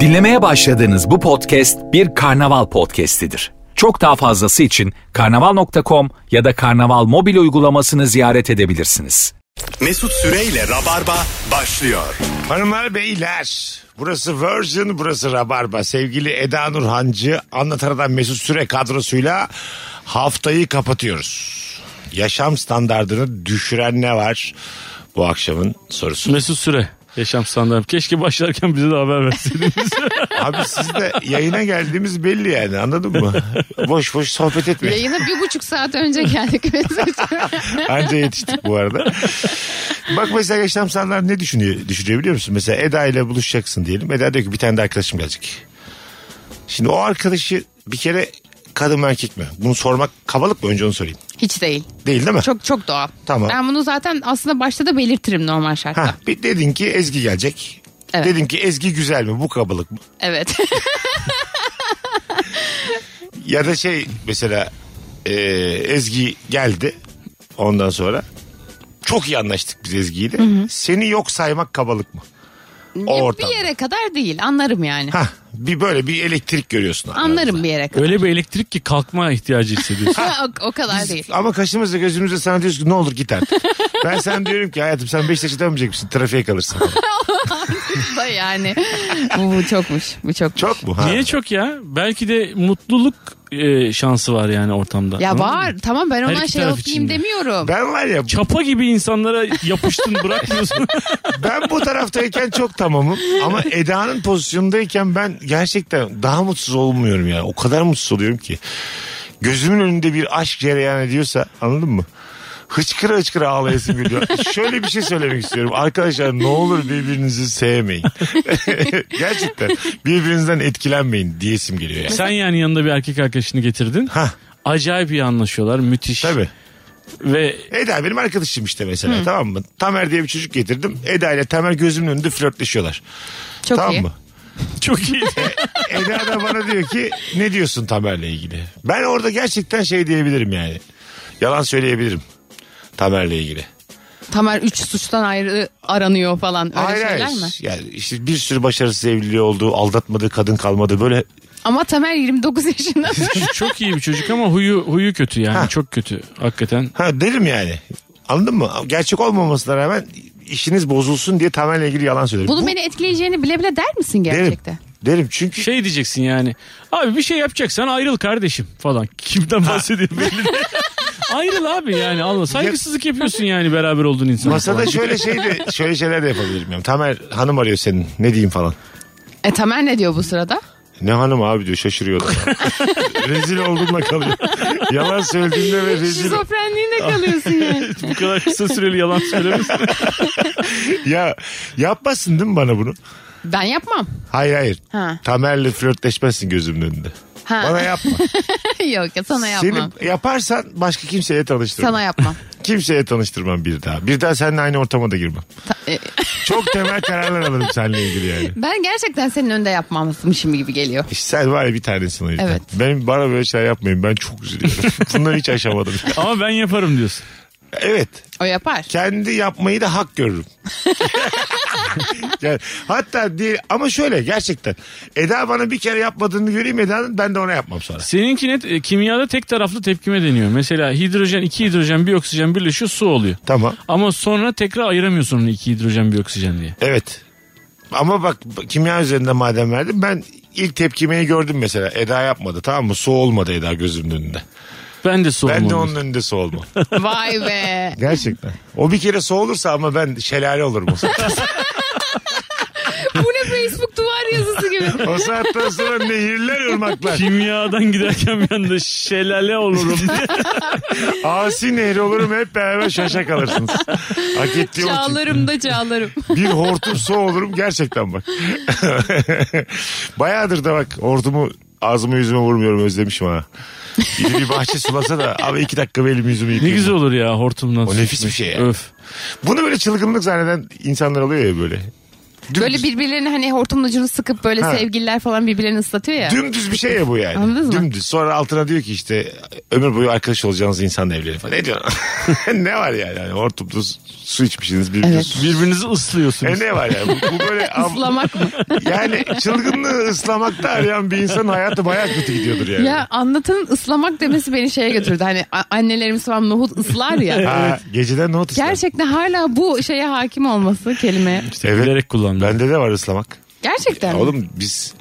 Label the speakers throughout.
Speaker 1: Dinlemeye başladığınız bu podcast bir karnaval podcastidir. Çok daha fazlası için karnaval.com ya da karnaval mobil uygulamasını ziyaret edebilirsiniz.
Speaker 2: Mesut Süreyle Rabarba başlıyor.
Speaker 3: Hanımlar beyler burası Virgin burası Rabarba sevgili Eda Nurhancı anlatan adam Mesut Süre kadrosuyla haftayı kapatıyoruz. Yaşam standartını düşüren ne var bu akşamın sorusu.
Speaker 4: Mesut Süre. Yaşam standartı. Keşke başlarken bize de haber verseydiniz.
Speaker 3: Abi siz de yayına geldiğimiz belli yani anladın mı? Boş boş sohbet etmeyin.
Speaker 5: Yayına bir buçuk saat önce geldik Mesut.
Speaker 3: Anca yetiştik bu arada. Bak mesela yaşam standartı ne düşünüyor, düşünüyor biliyor musun? Mesela Eda ile buluşacaksın diyelim. Eda diyor ki bir tane de arkadaşım gelecek. Şimdi o arkadaşı bir kere kadın mı erkek mi? Bunu sormak kabalık mı? Önce onu sorayım.
Speaker 5: Hiç değil.
Speaker 3: Değil değil mi?
Speaker 5: Çok çok doğal.
Speaker 3: Tamam.
Speaker 5: Ben bunu zaten aslında başta da belirtirim normal şartta.
Speaker 3: Ha, bir dedin ki Ezgi gelecek.
Speaker 5: Evet.
Speaker 3: Dedim ki Ezgi güzel mi? Bu kabalık mı?
Speaker 5: Evet.
Speaker 3: Ya da şey mesela e, Ezgi geldi ondan sonra. Çok iyi anlaştık biz Ezgi'yle. Seni yok saymak kabalık mı? O
Speaker 5: bir
Speaker 3: ortamda.
Speaker 5: yere kadar değil anlarım yani.
Speaker 3: Ha, bir böyle bir elektrik görüyorsun. aranızda.
Speaker 5: Anlarım bir yere kadar.
Speaker 4: Öyle bir elektrik ki kalkma ihtiyacı hissediyorsun.
Speaker 5: Ha, o, o kadar değil.
Speaker 3: Ama kaşımızla gözümüzle sana diyoruz ki ne olur git artık. ben sana diyorum ki hayatım sen Beşiktaş'a dönmeyecek misin? Trafiğe kalırsın.
Speaker 5: Da yani. bu, bu çokmuş. Bu çokmuş.
Speaker 3: Çok mu? Ha.
Speaker 4: Niye çok ya? Belki de mutluluk e, şansı var yani ortamda.
Speaker 5: Ya
Speaker 4: Anladın
Speaker 5: var
Speaker 4: mı?
Speaker 5: tamam ben
Speaker 4: Her
Speaker 5: ona
Speaker 4: iki
Speaker 5: şey
Speaker 4: taraf
Speaker 5: yapayım
Speaker 4: için de.
Speaker 5: demiyorum.
Speaker 3: Ben var ya
Speaker 4: Çapa gibi insanlara yapıştın bırakmıyorsun.
Speaker 3: ben bu taraftayken çok tamamım ama Eda'nın pozisyonundayken ben gerçekten daha mutsuz olmuyorum yani. O kadar mutsuz oluyorum ki. Gözümün önünde bir aşk cereyan ediyorsa anladın mı? Hıçkıra hıçkıra ağlayasın geliyor. Şöyle bir şey söylemek istiyorum. Arkadaşlar ne olur birbirinizi sevmeyin. gerçekten birbirinizden etkilenmeyin diyesim geliyor yani.
Speaker 4: Sen yani yanında bir erkek arkadaşını getirdin.
Speaker 3: Hah.
Speaker 4: Acayip iyi anlaşıyorlar. Müthiş.
Speaker 3: Tabii.
Speaker 4: Ve
Speaker 3: Eda benim arkadaşım işte mesela tamam mı? Tamer diye bir çocuk getirdim. Eda ile Tamer gözümün önünde flörtleşiyorlar.
Speaker 5: Çok
Speaker 3: tamam
Speaker 5: iyi.
Speaker 3: mı?
Speaker 4: çok iyi.
Speaker 3: Eda da bana diyor ki ne diyorsun Tamer'le ilgili? Ben orada gerçekten şey diyebilirim yani. Yalan söyleyebilirim Tamer'le ilgili.
Speaker 5: Tamer 3 suçtan ayrı aranıyor falan öyle
Speaker 3: Hayır
Speaker 5: şeyler
Speaker 3: hayır.
Speaker 5: mi?
Speaker 3: Yani işte bir sürü başarısız evliliği oldu, aldatmadığı kadın kalmadı böyle.
Speaker 5: Ama Tamer 29 yaşında.
Speaker 4: çok iyi bir çocuk ama huyu huyu kötü yani.
Speaker 3: Ha.
Speaker 4: Çok kötü hakikaten.
Speaker 3: Ha derim yani. Anladın mı? Gerçek olmamasına rağmen işiniz bozulsun diye Tamer'le ilgili yalan söylerim.
Speaker 5: Bunu
Speaker 3: Bu-
Speaker 5: beni etkileyeceğini bile bile der misin
Speaker 3: derim.
Speaker 5: gerçekten?
Speaker 3: Derim çünkü
Speaker 4: Şey diyeceksin yani. Abi bir şey yapacaksan ayrıl kardeşim falan. Kimden bahsediyor belli değil. Ayrıl abi yani Allah saygısızlık yapıyorsun yani beraber olduğun insan.
Speaker 3: masada şöyle şey de şöyle şeyler de yapabilirim. Yani, Tamer hanım arıyor senin. Ne diyeyim falan.
Speaker 5: E Tamer ne diyor bu sırada?
Speaker 3: Ne hanım abi diyor şaşırıyor da. rezil olduğumla kalıyor. Yalan söylediğimde ve rezil.
Speaker 5: Şizofrenliğine kalıyorsun yani.
Speaker 4: Bu kadar kısa süreli yalan söylemesin.
Speaker 3: Ya yapmasın değil mi bana bunu?
Speaker 5: Ben yapmam.
Speaker 3: Hayır hayır.
Speaker 5: Ha.
Speaker 3: Tamer'le flörtleşmezsin gözümün önünde.
Speaker 5: Ha.
Speaker 3: Bana yapma.
Speaker 5: Yok ya sana yapmam.
Speaker 3: Seni yaparsan başka kimseye tanıştırmam.
Speaker 5: Sana yapmam.
Speaker 3: Kimseye tanıştırmam bir daha. Bir daha seninle aynı ortama da girmem.
Speaker 5: e-
Speaker 3: Çok temel kararlar alırım seninle ilgili yani.
Speaker 5: Ben gerçekten senin önünde yapmazmışım gibi geliyor.
Speaker 3: İşte sen var ya bir tanesin o yüzden.
Speaker 5: Evet.
Speaker 3: Benim bana böyle şeyler yapmayın. Ben çok üzülüyorum. Bunları hiç aşamadım.
Speaker 4: Ama ben yaparım diyorsun.
Speaker 3: Evet.
Speaker 5: O yapar.
Speaker 3: kendi yapmayı da hak görürüm. yani hatta diye ama şöyle gerçekten Eda bana bir kere yapmadığını göreyim Eda'nın ben de ona yapmam sonra.
Speaker 4: Seninki net e, kimyada tek taraflı tepkime deniyor. Mesela hidrojen, iki hidrojen, bir oksijen birleşiyor su oluyor.
Speaker 3: Tamam.
Speaker 4: Ama sonra tekrar ayıramıyorsun onu iki hidrojen, bir oksijen diye.
Speaker 3: Evet. Ama bak kimya üzerinde madem verdim ben ilk tepkimeyi gördüm mesela. Eda yapmadı tamam mı? Su olmadı Eda gözümün önünde.
Speaker 4: Ben de su
Speaker 3: Ben de
Speaker 4: olmalı.
Speaker 3: onun önünde su olmam.
Speaker 5: Vay be.
Speaker 3: Gerçekten. O bir kere su olursa ama ben şelale olurum o saatten.
Speaker 5: Bu ne Facebook duvar yazısı gibi.
Speaker 3: o saatten sonra nehirler ırmaklar.
Speaker 4: Kimyadan giderken bir anda şelale olurum diye.
Speaker 3: Asi nehri olurum hep beraber şaşa kalırsınız. Hak ettiği o çünkü.
Speaker 5: Çağlarım da çağlarım.
Speaker 3: Bir hortum su olurum gerçekten bak. Bayağıdır da bak hortumu ağzımı yüzüme vurmuyorum özlemişim ha. Bir, bir bahçe sulasa da abi iki dakika bir elimi yüzümü
Speaker 4: Ne
Speaker 3: yıkayayım.
Speaker 4: güzel olur ya hortumdan.
Speaker 3: O
Speaker 4: su
Speaker 3: nefis bir
Speaker 4: içmek.
Speaker 3: şey ya.
Speaker 4: Öf.
Speaker 3: Bunu böyle çılgınlık zanneden insanlar oluyor ya böyle.
Speaker 5: Böyle birbirlerini hani hortumlucunu sıkıp böyle
Speaker 3: Ha.
Speaker 5: sevgililer falan birbirlerini ıslatıyor ya.
Speaker 3: Dümdüz bir şey ya bu yani.
Speaker 5: Anladınız mı?
Speaker 3: Dümdüz. Sonra altına diyor ki işte ömür boyu arkadaş olacağınız insanla evlenin falan. Ne diyorsun? ne var yani? yani hortumda su- su içmişsiniz birbirinize.
Speaker 5: Evet.
Speaker 3: su-
Speaker 4: Birbirinizi ıslıyorsunuz.
Speaker 3: E ne var yani? Bu, bu böyle
Speaker 5: Islamak mı?
Speaker 3: yani çılgınlığı ıslamakta arayan bir insanın hayatı bayağı kötü gidiyordur yani.
Speaker 5: Ya anlatanın ıslamak demesi beni şeye götürdü. Hani a- annelerimiz falan nohut ıslar ya.
Speaker 3: Ha, Geceden not ıslam.
Speaker 5: Gerçekten hala bu şeye hakim olması kelime.
Speaker 3: Evet.
Speaker 4: Bilerek kullandım.
Speaker 3: Bende de var ıslamak.
Speaker 5: Gerçekten.
Speaker 3: Ya
Speaker 5: mi?
Speaker 3: oğlum biz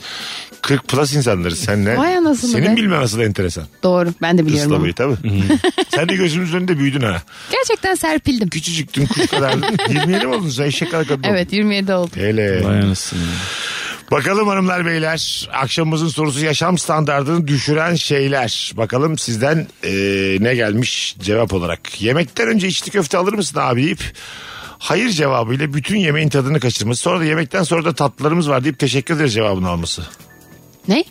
Speaker 3: 40 plus insanlarız senle.
Speaker 5: Vay anasını
Speaker 3: Senin
Speaker 5: be.
Speaker 3: bilmen asıl enteresan.
Speaker 5: Doğru. Ben de biliyorum.
Speaker 3: Islamayı
Speaker 5: onu.
Speaker 3: tabii. Sen de gözümüzün önünde büyüdün ha.
Speaker 5: Gerçekten serpildim.
Speaker 3: Küçücüktün kuş kadar. 27 mi oldun sen eşek kadar kadın oldun.
Speaker 5: Evet 27 oldu.
Speaker 3: Hele.
Speaker 4: Vay anasını.
Speaker 3: Bakalım hanımlar beyler akşamımızın sorusu yaşam standartını düşüren şeyler. Bakalım sizden e, ne gelmiş cevap olarak. Yemekten önce içli köfte alır mısın abi deyip hayır cevabıyla bütün yemeğin tadını kaçırması. Sonra da yemekten sonra da tatlılarımız var deyip teşekkür ederiz cevabını alması.
Speaker 5: Ne?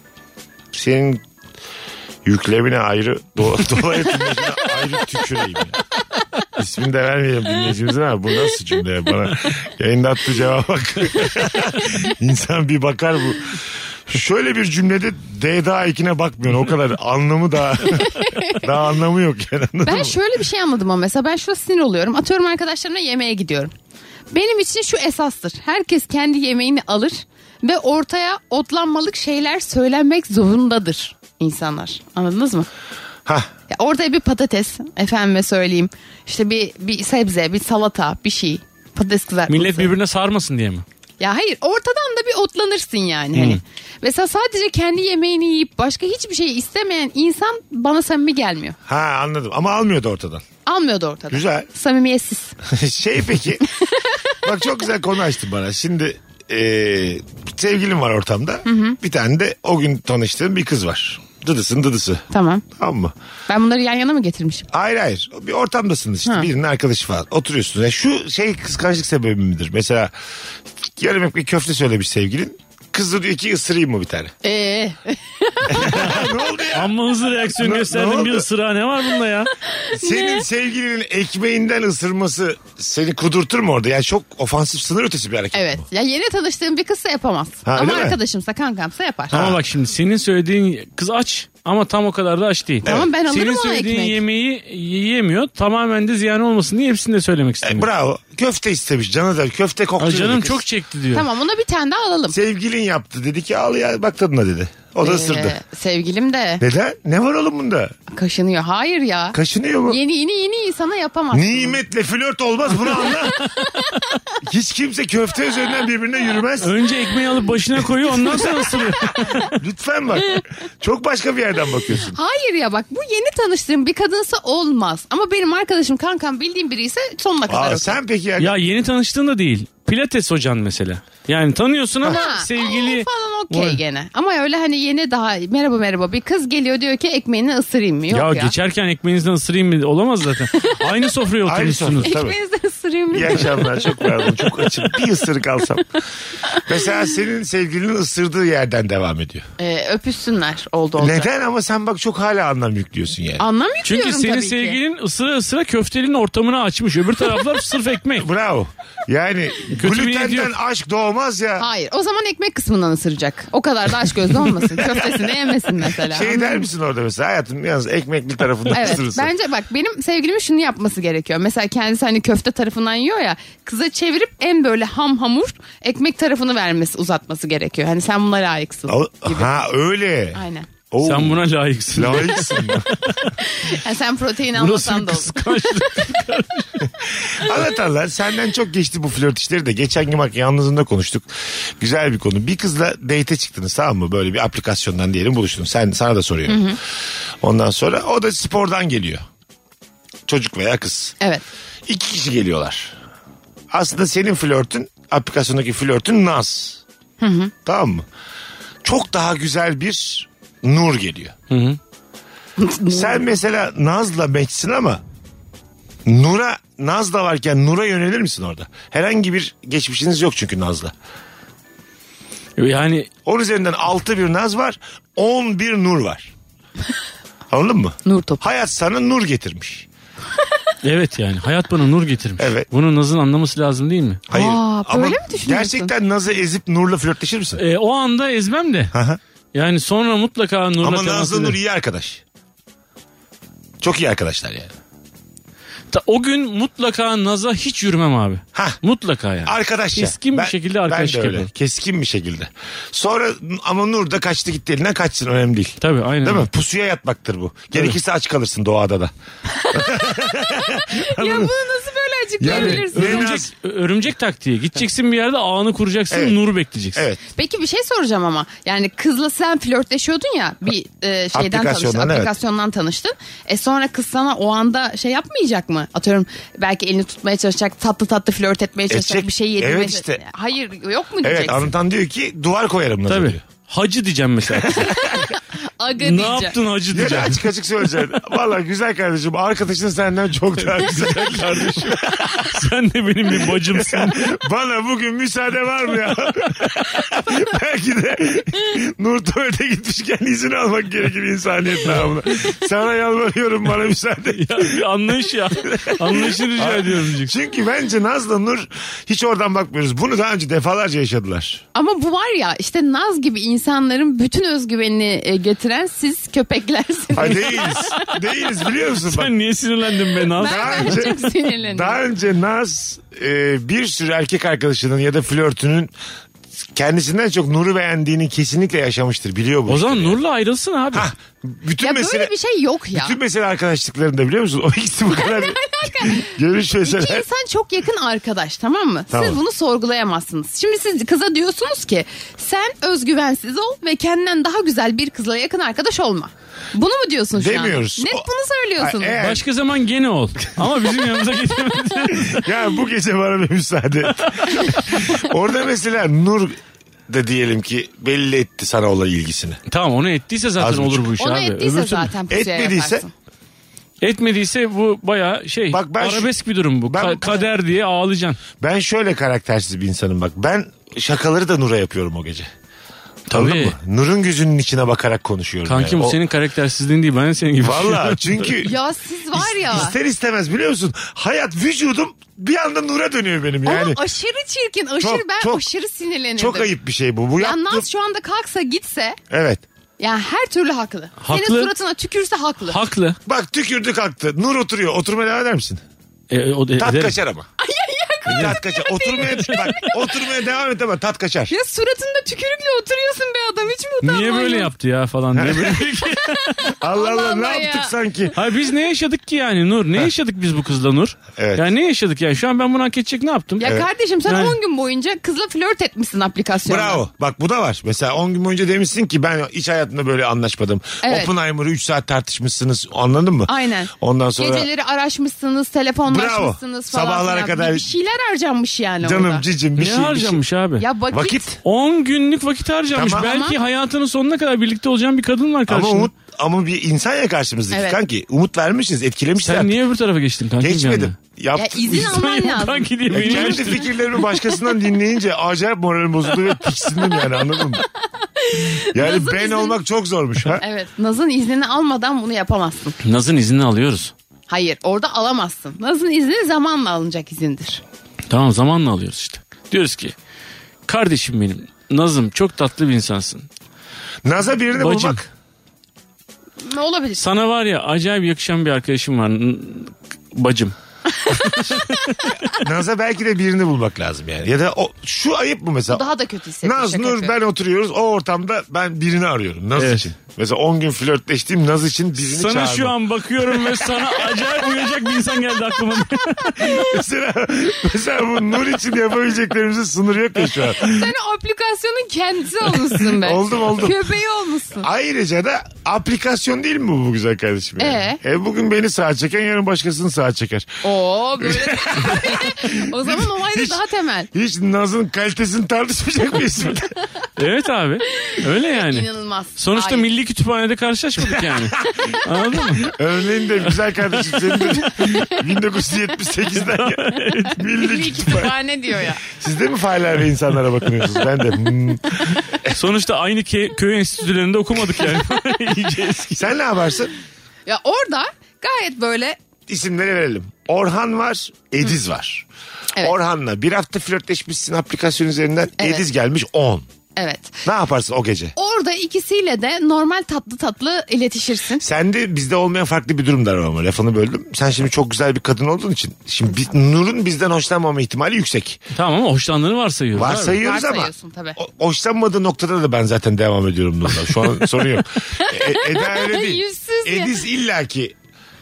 Speaker 3: Senin yüklemine ayrı do dolayı dinleyicine ayrı tüküreyim. ya. İsmini de vermeyeyim dinleyicimizin ama bu nasıl cümle ya? bana yayında attığı cevaba bak. İnsan bir bakar bu. Şöyle bir cümlede D daha ikine bakmıyorsun o kadar anlamı daha daha anlamı yok yani anladın
Speaker 5: Ben
Speaker 3: mı?
Speaker 5: şöyle bir şey anladım ama mesela ben şuna sinir oluyorum. Atıyorum arkadaşlarımla yemeğe gidiyorum. Benim için şu esastır. Herkes kendi yemeğini alır ve ortaya otlanmalık şeyler söylenmek zorundadır insanlar. Anladınız mı?
Speaker 3: Hah.
Speaker 5: Ya orada bir patates efendime söyleyeyim. İşte bir bir sebze, bir salata, bir şey. Patates kızartması.
Speaker 4: Millet birbirine sarmasın diye mi?
Speaker 5: Ya hayır ortadan da bir otlanırsın yani. Hani. Mesela sadece kendi yemeğini yiyip başka hiçbir şey istemeyen insan bana samimi gelmiyor.
Speaker 3: Ha anladım ama almıyordu ortadan.
Speaker 5: Almıyordu ortadan.
Speaker 3: Güzel.
Speaker 5: Samimiyetsiz.
Speaker 3: şey peki. bak çok güzel konu açtın bana. Şimdi e, sevgilim var ortamda. Bir tane de o gün tanıştığım bir kız var. Dıdısın dıdısı.
Speaker 5: Tamam.
Speaker 3: Tamam mı?
Speaker 5: Ben bunları yan yana mı getirmişim?
Speaker 3: Hayır hayır. Bir ortamdasınız işte. Birinin arkadaşı falan. Oturuyorsunuz. Yani şu şey kıskançlık sebebi midir? Mesela yarım ekmek köfte söylemiş sevgilin. Kız da diyor ki ısırayım mı bir tane?
Speaker 5: Ee,
Speaker 3: ne oldu ya?
Speaker 4: Amma hızlı reaksiyon
Speaker 3: Ne- ne
Speaker 4: gösterdin
Speaker 3: oldu?
Speaker 4: bir ısıra ne var bunda ya?
Speaker 3: Senin sevgilinin ekmeğinden ısırması seni kudurtur mu orada? Yani çok ofansif sınır ötesi bir hareket
Speaker 5: evet.
Speaker 3: bu.
Speaker 5: Ya yeni tanıştığım bir kızsa yapamaz.
Speaker 3: Ha,
Speaker 5: Ama
Speaker 3: öyle mi?
Speaker 5: arkadaşımsa kankamsa yapar.
Speaker 4: Ama bak şimdi senin söylediğin kız aç ama tam o kadar da aç değil.
Speaker 5: Tamam, ben alırım
Speaker 4: Senin
Speaker 5: ona
Speaker 4: söylediğin
Speaker 5: ekmek.
Speaker 4: yemeği yiyemiyor. Tamamen de ziyan olmasın diye hepsini de
Speaker 3: E,
Speaker 4: söylemek istemiyor.
Speaker 3: bravo. Köfte istemiş. Canı da köfte
Speaker 4: Ay
Speaker 3: koktu.
Speaker 4: canım
Speaker 3: dedi kız.
Speaker 4: çok çekti diyor.
Speaker 5: Tamam ona bir tane daha alalım.
Speaker 3: Sevgilin yaptı. Dedi ki al ya bak tadına dedi. O da ısırdı.
Speaker 5: Ee, sevgilim de
Speaker 3: Neden? Ne var oğlum bunda?
Speaker 5: kaşınıyor. Hayır ya.
Speaker 3: Kaşınıyor mu?
Speaker 5: yeni yeni yeni insana yapamaz.
Speaker 3: Nimetle flört olmaz bunu anla. Hiç kimse köfte üzerinden birbirine yürümez.
Speaker 4: Önce ekmeği alıp başına koyuyor ondan sonra ısırıyor.
Speaker 3: Lütfen bak. Çok başka bir yerden bakıyorsun.
Speaker 5: Hayır ya bak bu yeni tanıştığım bir kadınsa olmaz. Ama benim arkadaşım kankam bildiğim biri ise sonuna kadar.
Speaker 3: Aa,
Speaker 5: okey.
Speaker 3: sen peki yani.
Speaker 4: ya yeni tanıştığın da değil. Pilates hocan mesela. Yani tanıyorsun ama
Speaker 5: Ha,
Speaker 4: sevgili...
Speaker 5: ee, falan
Speaker 4: Vay.
Speaker 5: okey gene. Ama öyle hani yeni daha merhaba merhaba bir kız geliyor diyor ki ekmeğini ısırayım mı? Yok
Speaker 4: Ya,
Speaker 5: ya.
Speaker 4: geçerken ekmeğinizden ısırayım mı? Olamaz zaten. Aynı sofraya
Speaker 3: Aynı
Speaker 4: oturmuşsunuz.
Speaker 3: sorun tabii.
Speaker 5: Ekmeğinizi ısırayım mı?
Speaker 3: İyi akşamlar çok pardon çok açım bir ısırık alsam. Mesela senin sevgilinin ısırdığı yerden devam ediyor.
Speaker 5: Ee, öpüşsünler oldu oldu.
Speaker 3: Neden ama sen bak çok hala anlam yüklüyorsun yani.
Speaker 5: Anlam yüklüyorum
Speaker 4: Çünkü senin
Speaker 5: tabii ki.
Speaker 4: sevgilin ısıra ısıra köftelinin ortamını açmış. Öbür taraflar sırf ekmek.
Speaker 3: Bravo. Yani
Speaker 4: bir niyet
Speaker 3: glutenden
Speaker 4: yok.
Speaker 3: aşk doğmaz ya.
Speaker 5: Hayır o zaman ekmek kısmından ısıracak. O kadar da aç gözlü olmasın. Köftesini yemesin mesela.
Speaker 3: Şey der misin orada mesela hayatım yalnız ekmekli tarafından
Speaker 5: Evet
Speaker 3: ısırırsın.
Speaker 5: bence bak benim sevgilimin şunu yapması gerekiyor. Mesela kendisi hani köfte tarafından yiyor ya kıza çevirip en böyle ham hamur ekmek tarafını vermesi uzatması gerekiyor. Hani sen buna layıksın.
Speaker 3: Al- Ha öyle.
Speaker 5: Aynen.
Speaker 3: Oo,
Speaker 4: Sen buna layıksın.
Speaker 3: layıksın.
Speaker 5: Yani sen protein
Speaker 4: Bu nasıl
Speaker 5: almasan
Speaker 4: bir
Speaker 5: da olur.
Speaker 4: kıskançlık?
Speaker 3: Anlatarlar senden çok geçti bu flört işleri de. Geçen gün bak yalnızında konuştuk. Güzel bir konu. Bir kızla date çıktınız tamam mı? Böyle bir aplikasyondan diyelim buluştun. Sen, sana da soruyorum. Ondan sonra o da spordan geliyor. Çocuk veya kız.
Speaker 5: Evet.
Speaker 3: İki kişi geliyorlar. Aslında senin flörtün aplikasyondaki flörtün Naz. Tamam mı? Çok daha güzel bir Nur geliyor. Sen mesela Naz'la meçsin ama Nur'a Naz da varken Nur'a yönelir misin orada? Herhangi bir geçmişiniz yok çünkü Naz'la.
Speaker 4: Yani
Speaker 3: Onun üzerinden 6 bir Naz var, 11 Nur var. Anladın mı?
Speaker 5: Nur topu.
Speaker 3: Hayat sana Nur getirmiş.
Speaker 4: Evet yani hayat bana nur getirmiş.
Speaker 3: Evet.
Speaker 4: Bunu Naz'ın anlaması lazım değil mi?
Speaker 3: Hayır.
Speaker 5: Aa,
Speaker 3: Ama
Speaker 5: böyle mi düşünüyorsun?
Speaker 3: Gerçekten Naz'ı ezip Nur'la flörtleşir misin?
Speaker 4: Ee, o anda ezmem de.
Speaker 3: hı.
Speaker 4: yani sonra mutlaka Nur'la
Speaker 3: Ama
Speaker 4: temas
Speaker 3: Naz'la Nur
Speaker 4: ederim.
Speaker 3: iyi arkadaş. Çok iyi arkadaşlar yani.
Speaker 4: Ta- o gün mutlaka Naz'a hiç yürümem abi.
Speaker 3: Hah.
Speaker 4: Mutlaka yani.
Speaker 3: Arkadaş ya.
Speaker 4: Keskin bir şekilde arkadaşlık
Speaker 3: ben de öyle.
Speaker 4: yapalım.
Speaker 3: Keskin bir şekilde. Sonra ama Nur da kaçtı gitti elinden kaçsın önemli değil.
Speaker 4: Tabii aynen.
Speaker 3: Değil mi?
Speaker 4: öyle.
Speaker 3: Pusuya yatmaktır bu. Gerekirse aç kalırsın doğada da.
Speaker 5: Ya bunu nasıl böyle açıklayabilirsin?
Speaker 3: Yani- En
Speaker 4: Örümcek,
Speaker 3: az-
Speaker 4: örümcek taktiği. Gideceksin bir yerde ağını kuracaksın,
Speaker 3: Evet.
Speaker 4: Nur'u bekleyeceksin.
Speaker 3: Evet.
Speaker 5: Peki bir şey soracağım ama. Yani kızla sen flörtleşiyordun ya bir e, şeyden tanıştın.
Speaker 3: Aplikasyondan, evet.
Speaker 5: Aplikasyondan tanıştın. E sonra kız sana o anda şey yapmayacak mı? Atıyorum belki elini tutmaya çalışacak, tatlı tatlı flört etmeye çalışacak
Speaker 3: Edecek.
Speaker 5: bir şey yedirmeye
Speaker 3: E, Evet işte.
Speaker 5: Hayır yok mu
Speaker 3: Evet
Speaker 5: diyeceksin?
Speaker 3: Anıtan diyor ki duvar koyarım Naz'a
Speaker 4: Tabii.
Speaker 3: diyor.
Speaker 4: Hacı diyeceğim mesela.
Speaker 5: Aga
Speaker 4: ne
Speaker 5: diyecek.
Speaker 4: yaptın hacı
Speaker 3: Yani
Speaker 4: diyeceğim.
Speaker 3: açık açık söyleyeceğim. Valla güzel kardeşim arkadaşın senden çok daha güzel.
Speaker 4: kardeşim. Sen de benim bir bacımsın.
Speaker 3: Bana bugün müsaade var mı ya? Belki de Nur tuvalete gitmişken izin almak gerekir insaniyet namına. Sana yalvarıyorum bana müsaade et.
Speaker 4: ya, bir anlayış ya. Anlayışını rica ediyorum diyeceksin.
Speaker 3: Çünkü bence Naz'la Nur hiç oradan bakmıyoruz. Bunu daha önce defalarca yaşadılar.
Speaker 5: Ama bu var ya işte Naz gibi insanların bütün özgüvenini e, getiren siz köpeklersiniz.
Speaker 3: Ay değiliz. değiliz biliyor musun? Bak,
Speaker 4: Sen niye sinirlendin be Naz?
Speaker 5: Ben-
Speaker 3: daha
Speaker 5: ben
Speaker 3: önce-
Speaker 5: çok sinirlendim.
Speaker 3: daha önce Naz e, bir sürü erkek arkadaşının ya da flörtünün kendisinden çok Nur'u beğendiğini kesinlikle yaşamıştır. Biliyor bu.
Speaker 4: O
Speaker 3: işte.
Speaker 4: zaman Nur'la ayrılsın abi.
Speaker 3: Hah, bütün
Speaker 5: Ya
Speaker 3: mesele...
Speaker 5: böyle bir şey yok ya.
Speaker 3: Bütün mesele arkadaşlıklarında biliyor musun? O ikisi bu kadar görüş
Speaker 5: İki
Speaker 3: mesele.
Speaker 5: insan çok yakın arkadaş tamam mı?
Speaker 3: Tamam.
Speaker 5: Siz bunu sorgulayamazsınız. Şimdi siz kıza diyorsunuz ki sen özgüvensiz ol ve kendinden daha güzel bir kızla yakın arkadaş olma. Bunu mu diyorsun şu an?
Speaker 3: Demiyoruz.
Speaker 5: Net
Speaker 3: O- e-
Speaker 5: bunu söylüyorsunuz.
Speaker 3: Ha, eğer-
Speaker 4: Başka zaman gene ol. Ama bizim yanımıza getirmedi.
Speaker 3: Ya bu gece bana bir müsaade et. Orada mesela Nur da diyelim ki belli etti sana olan ilgisini.
Speaker 4: tamam onu ettiyse zaten
Speaker 3: Az buçuk.
Speaker 4: olur bu iş
Speaker 5: Onu
Speaker 4: abi.
Speaker 5: ettiyse
Speaker 4: Öbür türlü-
Speaker 5: zaten pusuya
Speaker 3: Etmediyse-
Speaker 5: yaparsın.
Speaker 4: Etmediyse bu baya şey
Speaker 3: Bak ben şu-
Speaker 4: arabesk bir durum bu.
Speaker 3: Ben-
Speaker 4: Ka- kader diye ağlayacaksın.
Speaker 3: Ben şöyle karaktersiz bir insanım bak. Ben şakaları da Nur'a yapıyorum o gece. Anladın
Speaker 4: Tabii.
Speaker 3: mı? Nur'un gözünün içine bakarak konuşuyorum.
Speaker 4: Kankim
Speaker 3: yani.
Speaker 4: bu
Speaker 3: O-
Speaker 4: senin karaktersizliğin değil ben de senin gibi. şey
Speaker 3: Valla çünkü
Speaker 5: Ya siz var ya.
Speaker 3: ister istemez biliyor musun? Hayat vücudum bir anda Nur'a dönüyor benim
Speaker 5: Ama
Speaker 3: yani.
Speaker 5: aşırı çirkin. Aşırı
Speaker 3: Çok-
Speaker 5: ben
Speaker 3: çok-
Speaker 5: aşırı sinirlenirdim.
Speaker 3: Çok ayıp bir şey bu. Bu
Speaker 5: Ya
Speaker 3: yaptım.
Speaker 5: Naz şu anda kalksa gitse
Speaker 3: Evet.
Speaker 5: yani her türlü haklı.
Speaker 4: Haklı.
Speaker 5: Senin suratına tükürse haklı.
Speaker 4: Haklı.
Speaker 3: Bak tükürdü kalktı. Nur oturuyor. Oturmaya devam eder misin?
Speaker 4: E, o, da-
Speaker 3: Tat
Speaker 4: ederim.
Speaker 3: kaçar ama. tat kaçar. Oturmaya, bak, oturmaya devam et ama tat kaçar.
Speaker 5: ya suratında tükürükle oturuyorsun be adam hiç mi utanman
Speaker 4: Niye böyle
Speaker 5: yok?
Speaker 4: yaptı ya falan. Niye böyle?
Speaker 3: Allah Allah,
Speaker 5: Allah
Speaker 3: ne
Speaker 5: Allah
Speaker 3: yaptık
Speaker 5: ya.
Speaker 3: sanki?
Speaker 4: Hayır biz ne yaşadık ki yani Nur? Ne yaşadık biz bu kızla Nur?
Speaker 3: Evet.
Speaker 4: Ya ne yaşadık yani? Şu an ben bunu hak edecek ne yaptım?
Speaker 5: Ya kardeşim sen
Speaker 4: Yani-
Speaker 5: 10 gün boyunca kızla flört etmişsin aplikasyonda.
Speaker 3: Bravo. Bak bu da var. Mesela 10 gün boyunca demişsin ki ben iç hayatımda böyle anlaşmadım.
Speaker 5: Evet.
Speaker 3: Oppenheimer'ı 3 saat tartışmışsınız. Anladın mı?
Speaker 5: Aynen.
Speaker 3: Ondan sonra
Speaker 5: Geceleri araşmışsınız, telefonlaşmışsınız
Speaker 3: Bravo.
Speaker 5: falan.
Speaker 3: Sabahlara
Speaker 5: filan.
Speaker 3: kadar-
Speaker 5: Bir şeyler harcanmış yani
Speaker 3: canım
Speaker 5: orada.
Speaker 3: cicim bir
Speaker 4: ne
Speaker 3: şey. bir şey.
Speaker 4: harcamış abi?
Speaker 5: Ya vakit.
Speaker 3: Vakit.
Speaker 4: 10 günlük vakit harcamış.
Speaker 3: Tamam.
Speaker 4: Belki
Speaker 5: Tamam.
Speaker 4: hayatının sonuna kadar birlikte olacağın bir kadın var
Speaker 3: Ama
Speaker 4: karşında.
Speaker 3: umut ama bir insan ya karşımızdaki
Speaker 5: Evet.
Speaker 3: kanki. Umut vermişiz, etkilemişiz.
Speaker 4: Sen
Speaker 3: artık.
Speaker 4: niye öbür tarafa geçtin kankim?
Speaker 3: Geçmedim.
Speaker 5: Ya
Speaker 3: Yaptım.
Speaker 5: izin alman
Speaker 4: Yani?
Speaker 5: lazım.
Speaker 4: Kanki diye beni
Speaker 3: Kendi
Speaker 4: eleştirdin.
Speaker 3: fikirlerimi başkasından dinleyince acayip moralim bozuldu ve tiksindim yani anladın mı? Yani
Speaker 5: Nasıl
Speaker 3: ben
Speaker 5: bizim-
Speaker 3: olmak çok zormuş ha.
Speaker 5: Evet. Naz'ın iznini almadan bunu yapamazsın.
Speaker 4: Naz'ın iznini alıyoruz.
Speaker 5: Hayır orada alamazsın. Naz'ın izni zamanla alınacak izindir.
Speaker 4: Tamam zamanla alıyoruz işte. Diyoruz ki kardeşim benim Naz'ım çok tatlı bir insansın.
Speaker 3: Naza birini
Speaker 4: Bacım.
Speaker 3: bulmak.
Speaker 5: Ne olabilir?
Speaker 4: Sana var ya acayip yakışan bir arkadaşım var. N- Bacım.
Speaker 3: Naz'a belki de birini bulmak lazım yani. Ya da o, şu ayıp mı mesela?
Speaker 5: Daha da kötü hissettim.
Speaker 3: Naz,
Speaker 5: şaka
Speaker 3: Nur,
Speaker 5: yapıyorum.
Speaker 3: ben oturuyoruz. O ortamda ben birini arıyorum. Naz
Speaker 4: Evet.
Speaker 3: için. Mesela 10 gün flörtleştiğim Naz için birini
Speaker 4: sana
Speaker 3: çağırdım.
Speaker 4: şu an bakıyorum ve sana acayip uyacak bir insan geldi aklıma.
Speaker 3: mesela, mesela bu Nur için yapabileceklerimizin sınırı yok ya şu an.
Speaker 5: Sen o aplikasyonun kendisi olmuşsun be.
Speaker 3: Oldum, oldum.
Speaker 5: Köpeği olmuşsun.
Speaker 3: Ayrıca da aplikasyon değil mi bu, bu güzel kardeşim? yani?
Speaker 5: Ee?
Speaker 3: E bugün beni sağ çeken yarın başkasını sağ çeker.
Speaker 5: Oo böyle. o zaman olay da daha temel.
Speaker 3: Hiç Naz'ın kalitesini tartışmayacak mıyız?
Speaker 4: evet abi. Öyle yani.
Speaker 5: İnanılmaz.
Speaker 4: Sonuçta
Speaker 5: Hayır.
Speaker 4: milli kütüphanede karşılaşmadık yani. Anladın mı?
Speaker 3: Örneğin de güzel kardeşim senin de 1978'den gel-
Speaker 5: Milli
Speaker 3: milli kütüphane.
Speaker 5: kütüphane diyor ya.
Speaker 3: Siz de mi failler ve insanlara bakıyorsunuz? Ben de. hmm.
Speaker 4: Sonuçta aynı ke- köy enstitülerinde okumadık yani. İyice eski.
Speaker 3: Sen ne yaparsın?
Speaker 5: Ya orada gayet böyle
Speaker 3: İsimleri verelim. Orhan var, Ediz var.
Speaker 5: Evet.
Speaker 3: Orhan'la bir hafta flörtleşmişsin aplikasyon üzerinden.
Speaker 5: Evet.
Speaker 3: Ediz gelmiş 10.
Speaker 5: Evet.
Speaker 3: Ne yaparsın o gece?
Speaker 5: Orada ikisiyle de normal tatlı tatlı iletişirsin.
Speaker 3: Sende bizde olmayan farklı bir durum da var ama lafını böldüm. Sen şimdi çok güzel bir kadın olduğun için. Şimdi bi- Nur'un bizden hoşlanmama ihtimali yüksek.
Speaker 4: Tamam ama hoşlandığını varsayıyoruz. abi.
Speaker 3: Varsayıyoruz ama.
Speaker 5: Varsayıyorsun tabii.
Speaker 3: o- Hoşlanmadığı noktada da ben zaten devam ediyorum Nur'la. Şu an sorun yok. E- Eda öyle değil.
Speaker 5: Yüzsüz ya.
Speaker 3: Ediz illaki